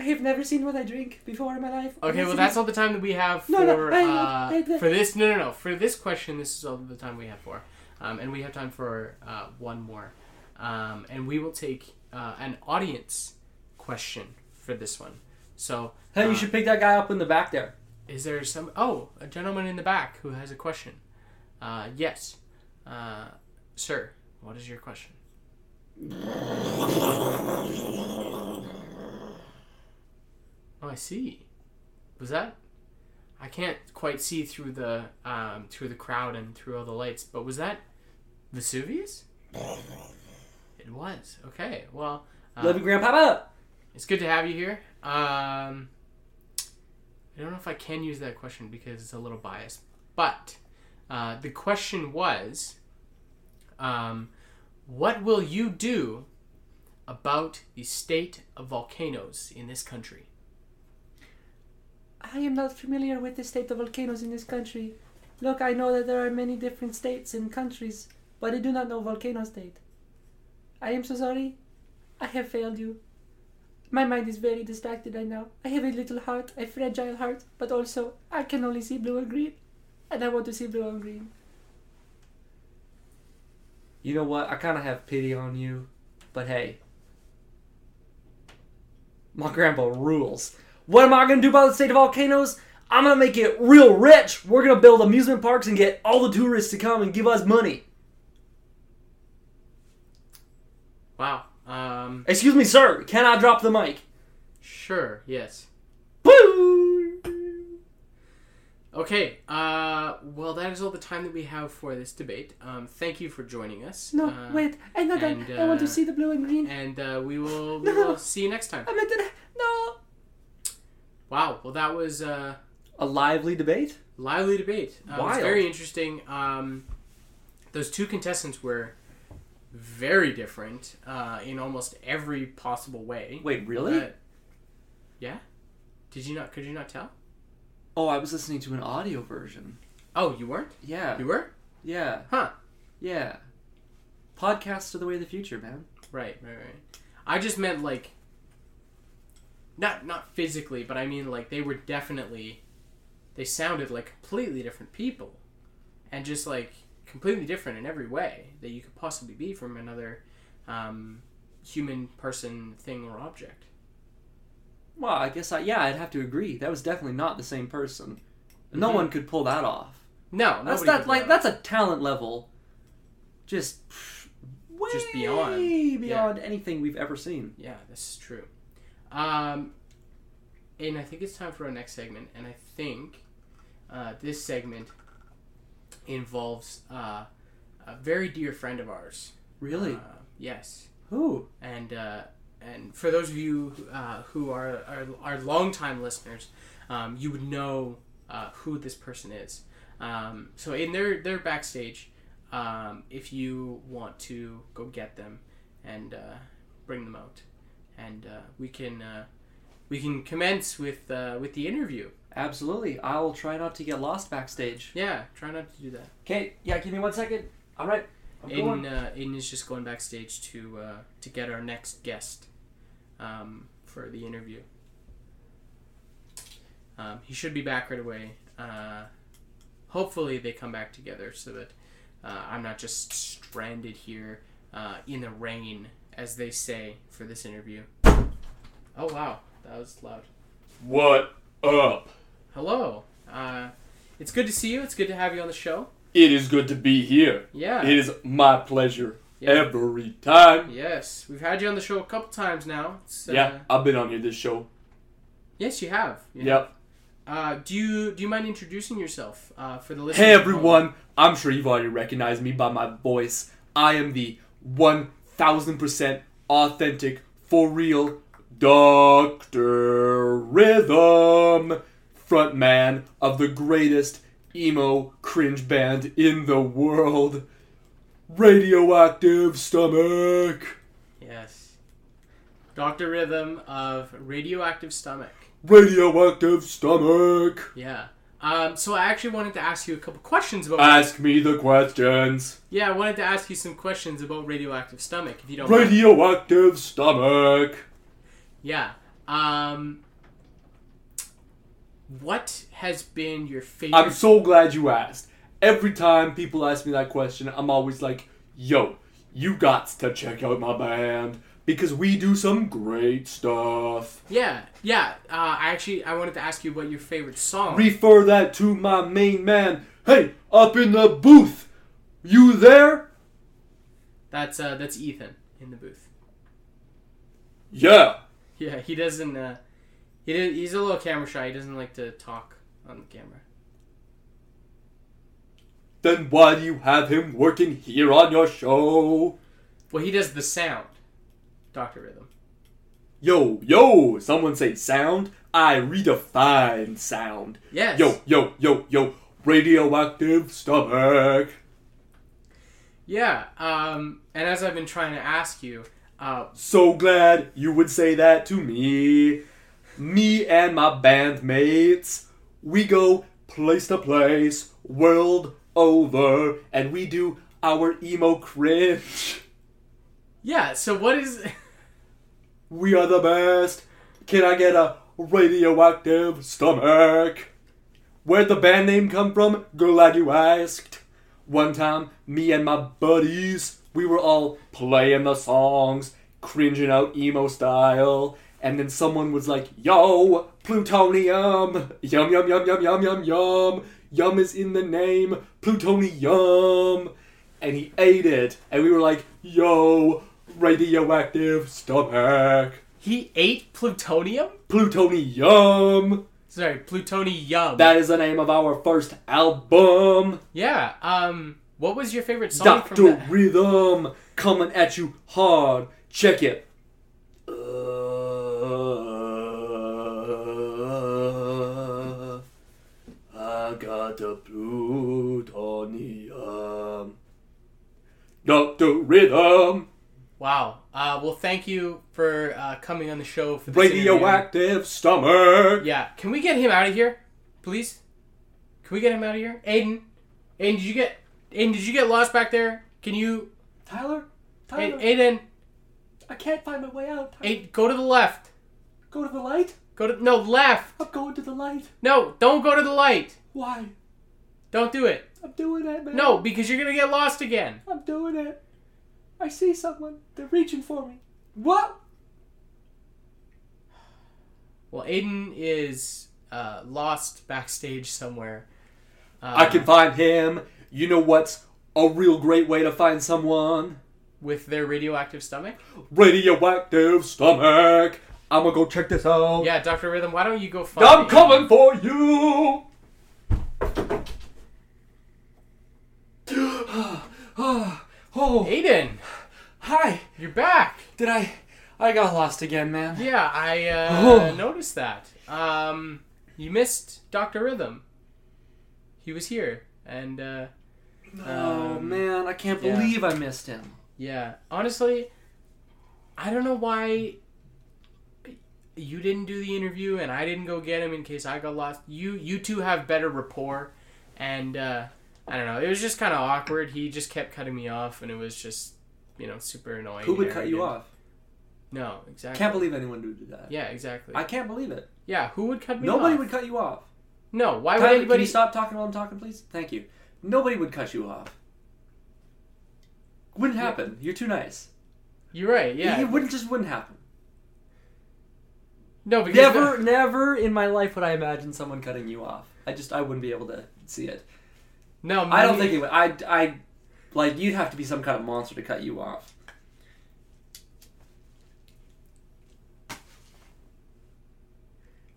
Speaker 2: I have never seen what I drink before in my life.
Speaker 3: Okay, well
Speaker 2: Honestly,
Speaker 3: that's all the time that we have for
Speaker 2: No, no, I-
Speaker 3: uh,
Speaker 2: I- I-
Speaker 3: for this. No, no, no. For this question, this is all the time we have for, um, and we have time for uh, one more, um, and we will take uh, an audience question for this one. So,
Speaker 2: Hey,
Speaker 3: uh,
Speaker 2: you should pick that guy up in the back there.
Speaker 3: is there some? Oh, a gentleman in the back who has a question. Uh, yes, uh, sir. What is your question? Oh, I see. Was that? I can't quite see through the um, through the crowd and through all the lights, but was that Vesuvius? It was. Okay. Well, uh,
Speaker 2: Love you, Grandpapa.
Speaker 3: it's good to have you here. Um, I don't know if I can use that question because it's a little biased, but uh, the question was, um, what will you do about the state of volcanoes in this country?
Speaker 2: I am not familiar with the state of volcanoes in this country. Look, I know that there are many different states and countries, but I do not know volcano state. I am so sorry. I have failed you. My mind is very distracted right now. I have a little heart, a fragile heart, but also I can only see blue and green, and I want to see blue and green. You know what? I kind of have pity on you, but hey. My grandpa rules. What am I gonna do about the state of volcanoes? I'm gonna make it real rich. We're gonna build amusement parks and get all the tourists to come and give us money.
Speaker 3: Wow. Um,
Speaker 2: Excuse me, sir. Can I drop the mic?
Speaker 3: um, sure. Yes. Woo! Okay, uh, well, that is all the time that we have for this debate. Um, thank you for joining us.
Speaker 5: No,
Speaker 3: uh,
Speaker 5: wait, I'm not done.
Speaker 3: and,
Speaker 5: I want to
Speaker 3: uh,
Speaker 5: see the blue and green.
Speaker 3: And uh, we will, we
Speaker 5: No.
Speaker 3: will see you next time.
Speaker 5: I meant it. No.
Speaker 3: Wow, well, that was uh,
Speaker 5: A lively debate.
Speaker 3: lively debate. Uh, It was
Speaker 5: Wild.
Speaker 3: very interesting. Um, those two contestants were very different uh, in almost every possible way.
Speaker 5: Wait, really?
Speaker 3: Uh, yeah. Did you not? Could you not tell?
Speaker 5: oh, I was listening to an audio version.
Speaker 3: Oh, you weren't.
Speaker 5: Yeah.
Speaker 3: You were.
Speaker 5: Yeah.
Speaker 3: Huh.
Speaker 5: Yeah. Podcasts are the way of the future, man.
Speaker 3: Right. Right. Right. I just meant like. Not not physically, but I mean like they were definitely, they sounded like completely different people, and just like completely different in every way that you could possibly be from another, um, human person thing or object.
Speaker 5: Well, I guess I yeah, I'd have to agree. That was definitely not the same person. No
Speaker 3: Mhm.
Speaker 5: one could pull that off.
Speaker 3: No,
Speaker 5: That's
Speaker 3: nobody
Speaker 5: that
Speaker 3: could
Speaker 5: like
Speaker 3: know.
Speaker 5: that's a talent level. Just pff, way
Speaker 3: Just beyond.
Speaker 5: beyond anything we've ever seen.
Speaker 3: Yeah, this is true. Um, and I think it's time for our next segment. And I think uh, this segment involves uh, a very dear friend of ours.
Speaker 5: Really?
Speaker 3: Uh, yes.
Speaker 5: Who?
Speaker 3: And uh, and for those of you uh, who are are, are longtime listeners, um, you would know uh, who this person is. Um, so in their their backstage, um, if you want to go get them and uh, bring them out, and uh, we can uh, we can commence with uh, with the interview.
Speaker 5: Absolutely. I'll try not to get lost backstage.
Speaker 3: Yeah, try not to do that.
Speaker 5: Okay, yeah, give me one second. All right. I'm
Speaker 3: Aiden, uh, Aiden is just going backstage to uh, to get our next guest um, for the interview. Um, he should be back right away. Uh, hopefully, they come back together so that uh, I'm not just stranded here uh, in the rain, as they say for this interview. Oh wow, that was loud.
Speaker 2: What up?
Speaker 3: Hello. Uh, it's good to see you. It's good to have you on the show.
Speaker 2: It is good to be here.
Speaker 3: Yeah.
Speaker 2: It is my pleasure
Speaker 3: Yeah.
Speaker 2: every time.
Speaker 3: Yes, we've had you on the show a couple times now. It's, uh,
Speaker 2: yeah, I've been on here this show.
Speaker 3: Yes, you have. you know.
Speaker 2: Yep.
Speaker 3: Uh, do you do you mind introducing yourself uh, for the listeners?
Speaker 2: Hey
Speaker 3: at home?
Speaker 2: everyone, I'm sure you've already recognized me by my voice. I am the 1000% authentic, for real Dr. Rhythm, frontman of the greatest emo cringe band in the world, Radioactive Stomach.
Speaker 3: Yes, Doctor Rhythm of Radioactive Stomach.
Speaker 2: Radioactive Stomach.
Speaker 3: Yeah. Um, so I actually wanted to ask you a couple questions about.
Speaker 2: Ask me the questions.
Speaker 3: yeah, I wanted to ask you some questions about Radioactive Stomach, if you don't. mind.
Speaker 2: Radioactive Stomach.
Speaker 3: Yeah. Um, what has been your favorite?
Speaker 2: I'm so glad you asked. Every time people ask me that question, I'm always like, yo, you got to check out my band because we do some great stuff.
Speaker 3: yeah, yeah. Uh, I actually I wanted to ask you what your favorite song.
Speaker 2: Refer that to my main man. Hey, up in the booth. You there?
Speaker 3: that's uh, that's Ethan in the booth.
Speaker 2: Yeah.
Speaker 3: Yeah, he doesn't. Uh, he did, he's a little camera shy. He doesn't like to talk on the camera.
Speaker 2: Then why do you have him working here on your show?
Speaker 3: Well, he does the sound, Doctor Rhythm.
Speaker 2: Yo, yo, someone say sound? I redefine sound.
Speaker 3: Yes.
Speaker 2: Yo, yo, yo, yo, radioactive stomach.
Speaker 3: Yeah. Um. And as I've been trying to ask you, uh,
Speaker 2: So glad you would say that to me. Me and my bandmates, we go place to place, world over, and we do our emo cringe.
Speaker 3: yeah. So what is?
Speaker 2: We are the best. Can I get a radioactive stomach? Where'd the band name come from? Glad you asked. One time, me and my buddies, we were all playing the songs, cringing out emo style, and then someone was like, Yo, plutonium! Yum, yum, yum, yum, yum, yum, yum! Yum is in the name, plutonium! And he ate it, and we were like, Yo, radioactive stomach!
Speaker 3: He ate plutonium?
Speaker 2: Plutonium.
Speaker 3: Sorry, plutonium.
Speaker 2: That is the name of our first album.
Speaker 3: yeah. Um, what was your favorite song from
Speaker 2: Doctor
Speaker 3: that?
Speaker 2: Rhythm coming at you hard. Check it. Uh, I got the plutonium. Doctor Rhythm,
Speaker 3: Wow. Uh, well, thank you for uh, coming on the show for this interview.
Speaker 2: radioactive stomach.
Speaker 3: Yeah. Can we get him out of here, please? Can we get him out of here, Aiden? Aiden, did you get? Aiden, did you get lost back there? Can you?
Speaker 2: Tyler, Tyler,
Speaker 3: Aiden, Aiden,
Speaker 2: I can't find my way out. Tyler,
Speaker 3: Aiden, go to the left.
Speaker 2: go to the light.
Speaker 3: Go to no left.
Speaker 2: I'm going to the light.
Speaker 3: No, don't go to the light.
Speaker 2: Why?
Speaker 3: Don't do it.
Speaker 2: I'm doing it, man.
Speaker 3: No, because you're gonna get lost again.
Speaker 2: I'm doing it. I see someone. They're reaching for me. What?
Speaker 3: Well, Aiden is uh, lost backstage somewhere. Uh,
Speaker 2: I can find him. You know what's a real great way to find someone?
Speaker 3: with their radioactive stomach.
Speaker 2: Radioactive stomach. I'm gonna go check this out.
Speaker 3: Yeah, Doctor Rhythm, why don't you go find?
Speaker 2: I'm coming
Speaker 3: Aiden?
Speaker 2: for you. oh,
Speaker 3: Aiden,
Speaker 2: hi.
Speaker 3: you're back.
Speaker 2: Did I? I got lost again, man.
Speaker 3: Yeah, I
Speaker 2: Oh.
Speaker 3: uh, noticed that. Um, you missed Doctor Rhythm. He was here, and uh,
Speaker 6: Oh
Speaker 3: Um,
Speaker 6: man, I can't
Speaker 3: yeah.
Speaker 6: believe I missed him.
Speaker 3: yeah, honestly, I don't know why you didn't do the interview and I didn't go get him in case I got lost. You you two have better rapport, and uh, I don't know. It was just kind of awkward. He just kept cutting me off, and it was just you know super annoying.
Speaker 2: Who would
Speaker 3: and
Speaker 2: cut you
Speaker 3: arrogant.
Speaker 2: off?
Speaker 3: No, exactly.
Speaker 2: Can't believe anyone would do that.
Speaker 3: Yeah, exactly.
Speaker 2: I can't believe it.
Speaker 3: yeah, who would cut me off?
Speaker 2: Nobody would cut you off.
Speaker 3: No, why would
Speaker 2: Tyler,
Speaker 3: anybody?
Speaker 2: Can you stop talking while I'm talking, please? Thank you. Nobody would cut you off. Wouldn't happen. You're too nice.
Speaker 3: You're right. Yeah.
Speaker 2: It wouldn't just wouldn't happen.
Speaker 3: No, because
Speaker 6: Never,
Speaker 3: the-
Speaker 6: never in my life would I imagine someone cutting you off. I just, I wouldn't be able to see it.
Speaker 3: no,
Speaker 6: I
Speaker 2: I don't
Speaker 3: me-
Speaker 2: think it would. I, I, like you'd have to be some kind of monster to cut you off.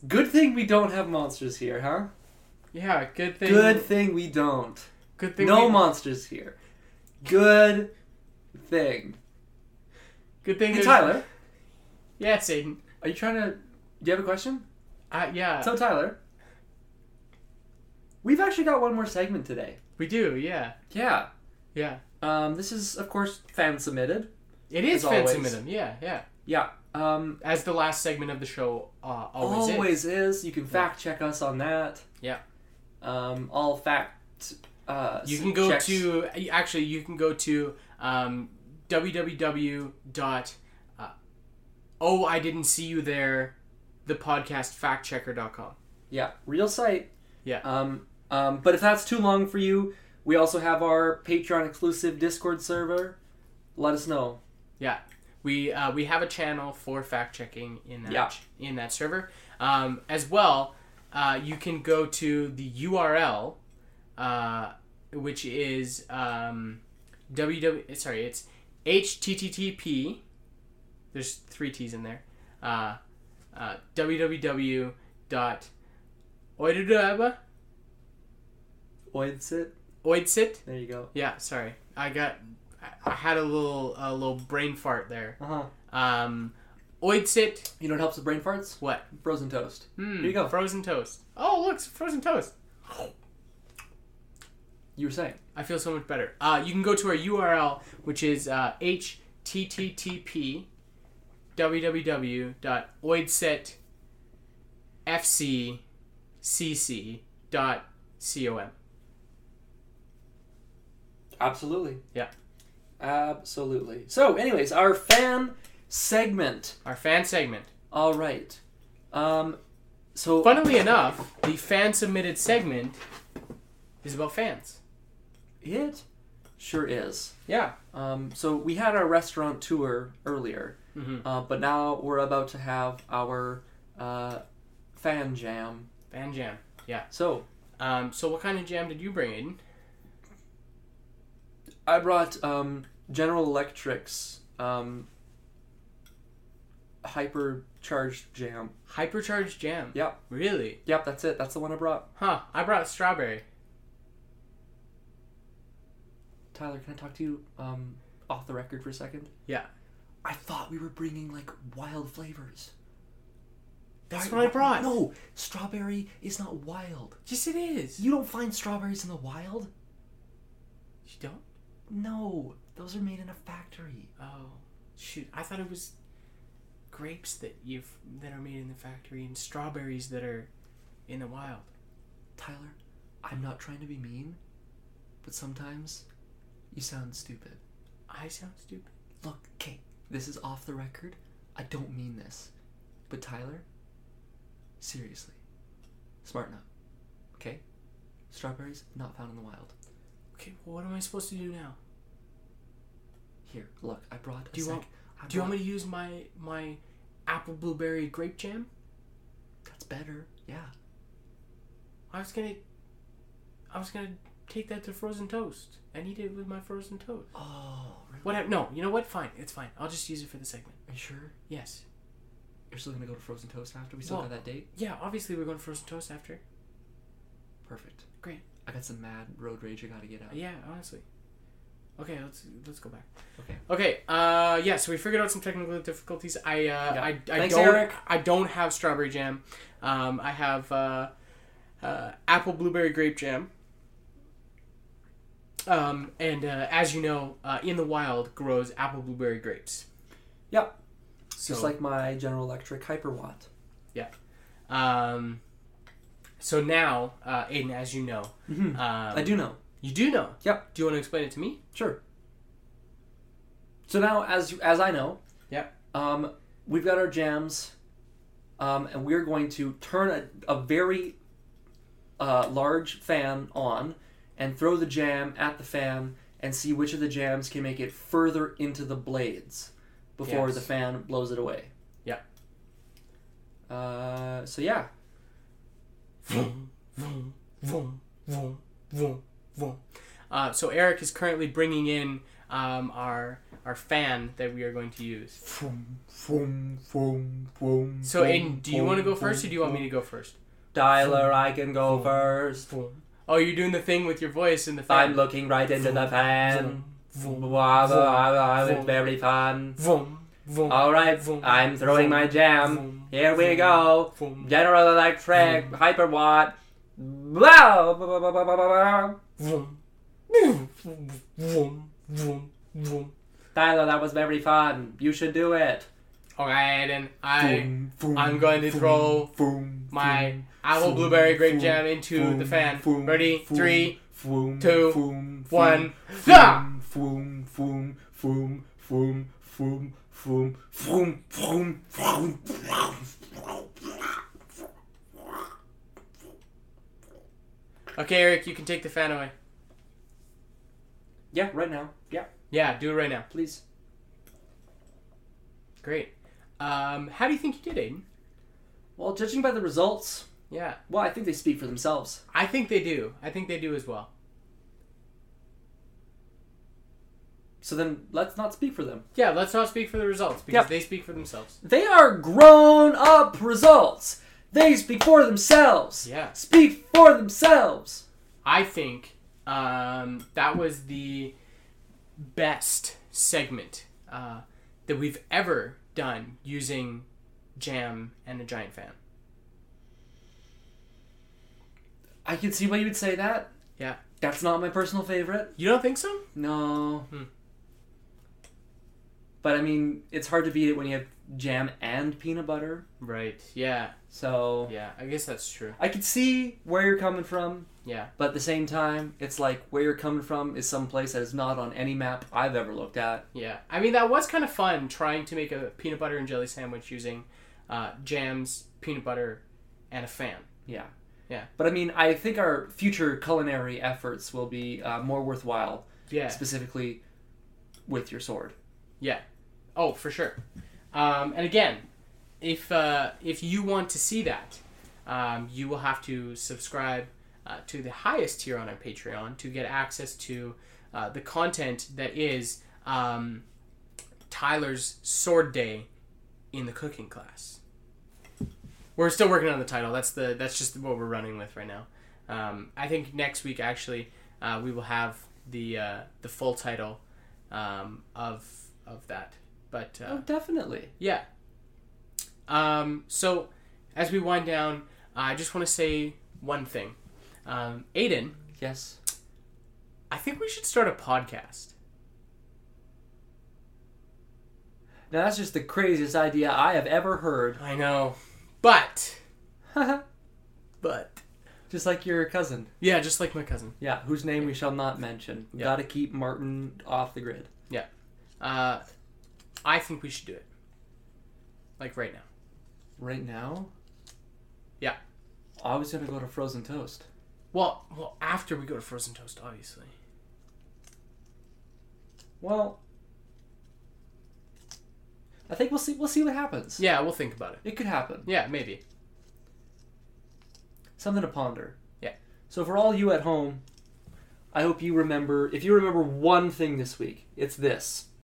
Speaker 2: Good thing we don't have monsters here, huh?
Speaker 3: Yeah, good thing.
Speaker 2: Good thing we don't.
Speaker 3: Good thing.
Speaker 2: No
Speaker 3: we,
Speaker 2: monsters here. Good thing.
Speaker 3: Good thing.
Speaker 2: Hey,
Speaker 3: there's-
Speaker 2: Tyler,
Speaker 3: Yeah, Satan.
Speaker 2: are you trying to? Do you have a question?
Speaker 3: Uh, yeah,
Speaker 2: So, Tyler, we've actually got one more segment today.
Speaker 3: we do. Yeah,
Speaker 2: Yeah.
Speaker 3: yeah.
Speaker 2: Um, this is, of course, fan submitted.
Speaker 3: It is
Speaker 2: As always.
Speaker 3: Fensiminum. Yeah, yeah.
Speaker 2: Yeah. Um,
Speaker 3: As the last segment of the show uh, always,
Speaker 2: always,
Speaker 3: is.
Speaker 2: is. You can fact check us on that.
Speaker 3: Yeah.
Speaker 2: Um, all fact. Uh,
Speaker 3: You can go
Speaker 2: checks.
Speaker 3: to actually. You can go to um, www dot. Uh, oh, I didn't see you there. The podcast factchecker.com.
Speaker 2: Yeah, real site.
Speaker 3: Yeah.
Speaker 2: Um, um, but if that's too long for you, we also have our Patreon exclusive Discord server. Let us know.
Speaker 3: We uh, we have a channel for fact checking in that
Speaker 2: Yeah.
Speaker 3: in that server. Um, as well, uh, you can go to the URL, uh, which is um, www. Sorry, it's http. There's three T's in there. Uh, uh, www dot oidsit.
Speaker 2: Oids it.
Speaker 3: Oidsit.
Speaker 2: There you go.
Speaker 3: Yeah, sorry, I got I- I had a little a little brain fart there.
Speaker 2: Uh huh.
Speaker 3: Um, oidsit.
Speaker 2: You know what helps with brain farts?
Speaker 3: What?
Speaker 2: Frozen toast.
Speaker 3: Mm,
Speaker 2: Here you go.
Speaker 3: Frozen toast. Oh, look, it's frozen toast.
Speaker 2: You were saying.
Speaker 3: I feel so much better. Uh, you can go to our URL, which is uh, http www.oidsetfccc.com.
Speaker 2: Absolutely.
Speaker 3: Yeah.
Speaker 2: Absolutely. So, anyways, our fan segment.
Speaker 3: Our fan segment.
Speaker 2: All right. Um, so
Speaker 3: Funnily enough, the fan submitted segment is about fans.
Speaker 2: it sure is.
Speaker 3: Yeah.
Speaker 2: Um, so we had our restaurant tour earlier,
Speaker 3: Mhm.
Speaker 2: uh, but now we're about to have our uh, fan jam.
Speaker 3: Fan jam.
Speaker 2: So
Speaker 3: Um, so, what kind of jam did you bring in?
Speaker 2: I brought um, General Electric's um, hypercharged jam.
Speaker 3: Hypercharged jam.
Speaker 2: Yep.
Speaker 3: Really?
Speaker 2: Yep, that's it. That's the one I brought.
Speaker 3: Huh. I brought strawberry.
Speaker 2: Tyler, can I talk to you um, off the record for a second?
Speaker 3: Yeah.
Speaker 2: I thought we were bringing like wild flavors.
Speaker 3: That's
Speaker 2: Right,
Speaker 3: what I
Speaker 2: wh-
Speaker 3: brought.
Speaker 2: No, strawberry is not wild.
Speaker 3: Yes, it is.
Speaker 2: You don't find strawberries in the wild?
Speaker 3: You don't?
Speaker 2: No, those are made in a factory.
Speaker 3: Oh, shoot! I thought it was grapes that you've that are made in the factory and strawberries that are in the wild.
Speaker 2: Tyler, I'm not trying to be mean, but sometimes you sound stupid.
Speaker 3: I sound stupid.
Speaker 2: Look, Kate, this is off the record. I don't mean this. But Tyler, seriously, smarten up. Okay? Strawberries not found in the wild.
Speaker 3: Okay, well, what am I supposed to do now?
Speaker 2: Here, look, I brought a
Speaker 3: Do you
Speaker 2: sec-
Speaker 3: want-
Speaker 2: I
Speaker 3: Do you want
Speaker 2: brought-
Speaker 3: me to use my my apple blueberry grape jam?
Speaker 2: That's better. Yeah.
Speaker 3: I was gonna, I was gonna take that to frozen toast and eat it with my frozen toast.
Speaker 2: Oh, really?
Speaker 3: Whatever. No, you know what? Fine, it's fine. I'll just use it for the segment.
Speaker 2: Are you sure?
Speaker 3: Yes.
Speaker 2: You're still gonna go to Frozen Toast after we still
Speaker 3: Well-
Speaker 2: got that date?
Speaker 3: Yeah. Obviously, we're going to frozen toast after.
Speaker 2: Perfect.
Speaker 3: Great.
Speaker 2: I got some mad road rage I gotta get out.
Speaker 3: Yeah. Honestly. Okay. Let's let's go back.
Speaker 2: Okay.
Speaker 3: Okay. Uh. Yeah. So we figured out some technical difficulties. I. Uh, I. I
Speaker 2: Thanks,
Speaker 3: don't.
Speaker 2: Eric.
Speaker 3: I don't have strawberry jam. Um. I have uh, uh, apple blueberry grape jam. Um. And uh, as you know, uh, in the wild grows apple blueberry grapes.
Speaker 2: Yep.
Speaker 3: So,
Speaker 2: Just like my General Electric Hyperwatt.
Speaker 3: um. So now, uh, Aiden, as you know,
Speaker 2: Mhm.
Speaker 3: um,
Speaker 2: I do know.
Speaker 3: You do know.
Speaker 2: Yep.
Speaker 3: Do you want to explain it to me?
Speaker 2: Sure. So now, as you, as I know,
Speaker 3: Yep.
Speaker 2: um, we've got our jams, um, and we're going to turn a, a very uh, large fan on and throw the jam at the fan and see which of the jams can make it further into the blades before
Speaker 3: Yes.
Speaker 2: the fan blows it away.
Speaker 3: Yeah.
Speaker 2: Uh, so yeah,
Speaker 3: Vroom, vroom, vroom, vroom, vroom, vroom. Uh, so Eric is currently bringing in um, our our fan that we are going to use. So Aiden, do you want to go first or do you want me to go first?
Speaker 2: Tyler, I can go first.
Speaker 3: Vroom. Oh, you're doing the thing with your voice in the
Speaker 2: I'm
Speaker 3: fan.
Speaker 2: looking right into the fan.
Speaker 3: Vroom, vroom,
Speaker 2: Wow,
Speaker 3: Vroom.
Speaker 2: wow, wow, it's
Speaker 3: Vroom.
Speaker 2: very fun.
Speaker 3: vroom, vroom,
Speaker 2: All right,
Speaker 3: Vroom.
Speaker 2: I'm throwing my
Speaker 3: Vroom.
Speaker 2: jam. Here we
Speaker 3: Vroom.
Speaker 2: go.
Speaker 3: vroom,
Speaker 2: General Electric, Hyperwatt. Blah, blah, blah, blah, blah, blah, blah.
Speaker 3: vroom, vroom, vroom, vroom, vroom.
Speaker 2: Tyler, that was very fun. You should do it.
Speaker 3: All right, Aiden, I I'm going to throw my apple blueberry grape jam into the fan. Ready? Three, two, one. Yeah! Okay, Eric, you can take the fan away.
Speaker 2: Yeah, right now. Yeah,
Speaker 3: Yeah, do it right now.
Speaker 2: please.
Speaker 3: Great. Um, how do you think you did, Aiden?
Speaker 2: Well, judging by the results,
Speaker 3: Yeah,
Speaker 2: well, I think they speak for themselves.
Speaker 3: I think they do. I think they do as well.
Speaker 2: So then let's not speak for them.
Speaker 3: Yeah, let's not speak for the results because
Speaker 2: Yep.
Speaker 3: they speak for themselves.
Speaker 2: They are grown up results. They speak for themselves.
Speaker 3: Yeah.
Speaker 2: Speak for themselves.
Speaker 3: I think um, that was the best segment uh, that we've ever done using jam and a giant fan.
Speaker 2: I can see why you would say that.
Speaker 3: Yeah.
Speaker 2: That's not my personal favorite.
Speaker 3: You don't think so?
Speaker 2: No.
Speaker 3: Hmm.
Speaker 2: But I mean, it's hard to beat it when you have jam and peanut butter.
Speaker 3: Right. Yeah.
Speaker 2: So
Speaker 3: Yeah. I guess that's true.
Speaker 2: I could see where you're coming from,
Speaker 3: Yeah.
Speaker 2: but at the same time, it's like where you're coming from is some place that is not on any map I've ever looked at.
Speaker 3: Yeah, I mean that was kind of fun trying to make a peanut butter and jelly sandwich using uh, jams, peanut butter, and a fan.
Speaker 2: Yeah.
Speaker 3: Yeah.
Speaker 2: But I mean, I think our future culinary efforts will be uh, more worthwhile,
Speaker 3: Yeah.
Speaker 2: specifically with your sword.
Speaker 3: Oh, for sure. Um, and again, if uh, if you want to see that, um, you will have to subscribe uh, to the highest tier on our Patreon to get access to uh, the content that is um, Tyler's Sword Day in the cooking class. We're still working on the title. That's the that's just what we're running with right now. Um, I think next week actually uh, we will have the uh, the full title um, of of that. But uh,
Speaker 2: Oh, definitely.
Speaker 3: yeah. Um, so, as we wind down, I just want to say one thing. Um, Aiden,
Speaker 2: Yes.
Speaker 3: I think we should start a podcast.
Speaker 2: Now that's just the craziest idea I have ever heard.
Speaker 3: I know. But, but.
Speaker 2: just like your cousin.
Speaker 3: Yeah, just like my cousin.
Speaker 2: Yeah, whose name we shall not mention.
Speaker 3: Yeah.
Speaker 2: Gotta keep Martin off the grid.
Speaker 3: Uh, I think we should do it. Like right now.
Speaker 2: Right now?
Speaker 3: Yeah.
Speaker 2: I was gonna go to Frozen Toast.
Speaker 3: Well, well, after we go to Frozen Toast, obviously.
Speaker 2: Well, I think we'll see. We'll see what happens.
Speaker 3: Yeah, we'll think about it.
Speaker 2: It could happen.
Speaker 3: Yeah, maybe.
Speaker 2: Something to ponder.
Speaker 3: Yeah.
Speaker 2: So for all you at home, I hope you remember. If you remember one thing this week, it's this: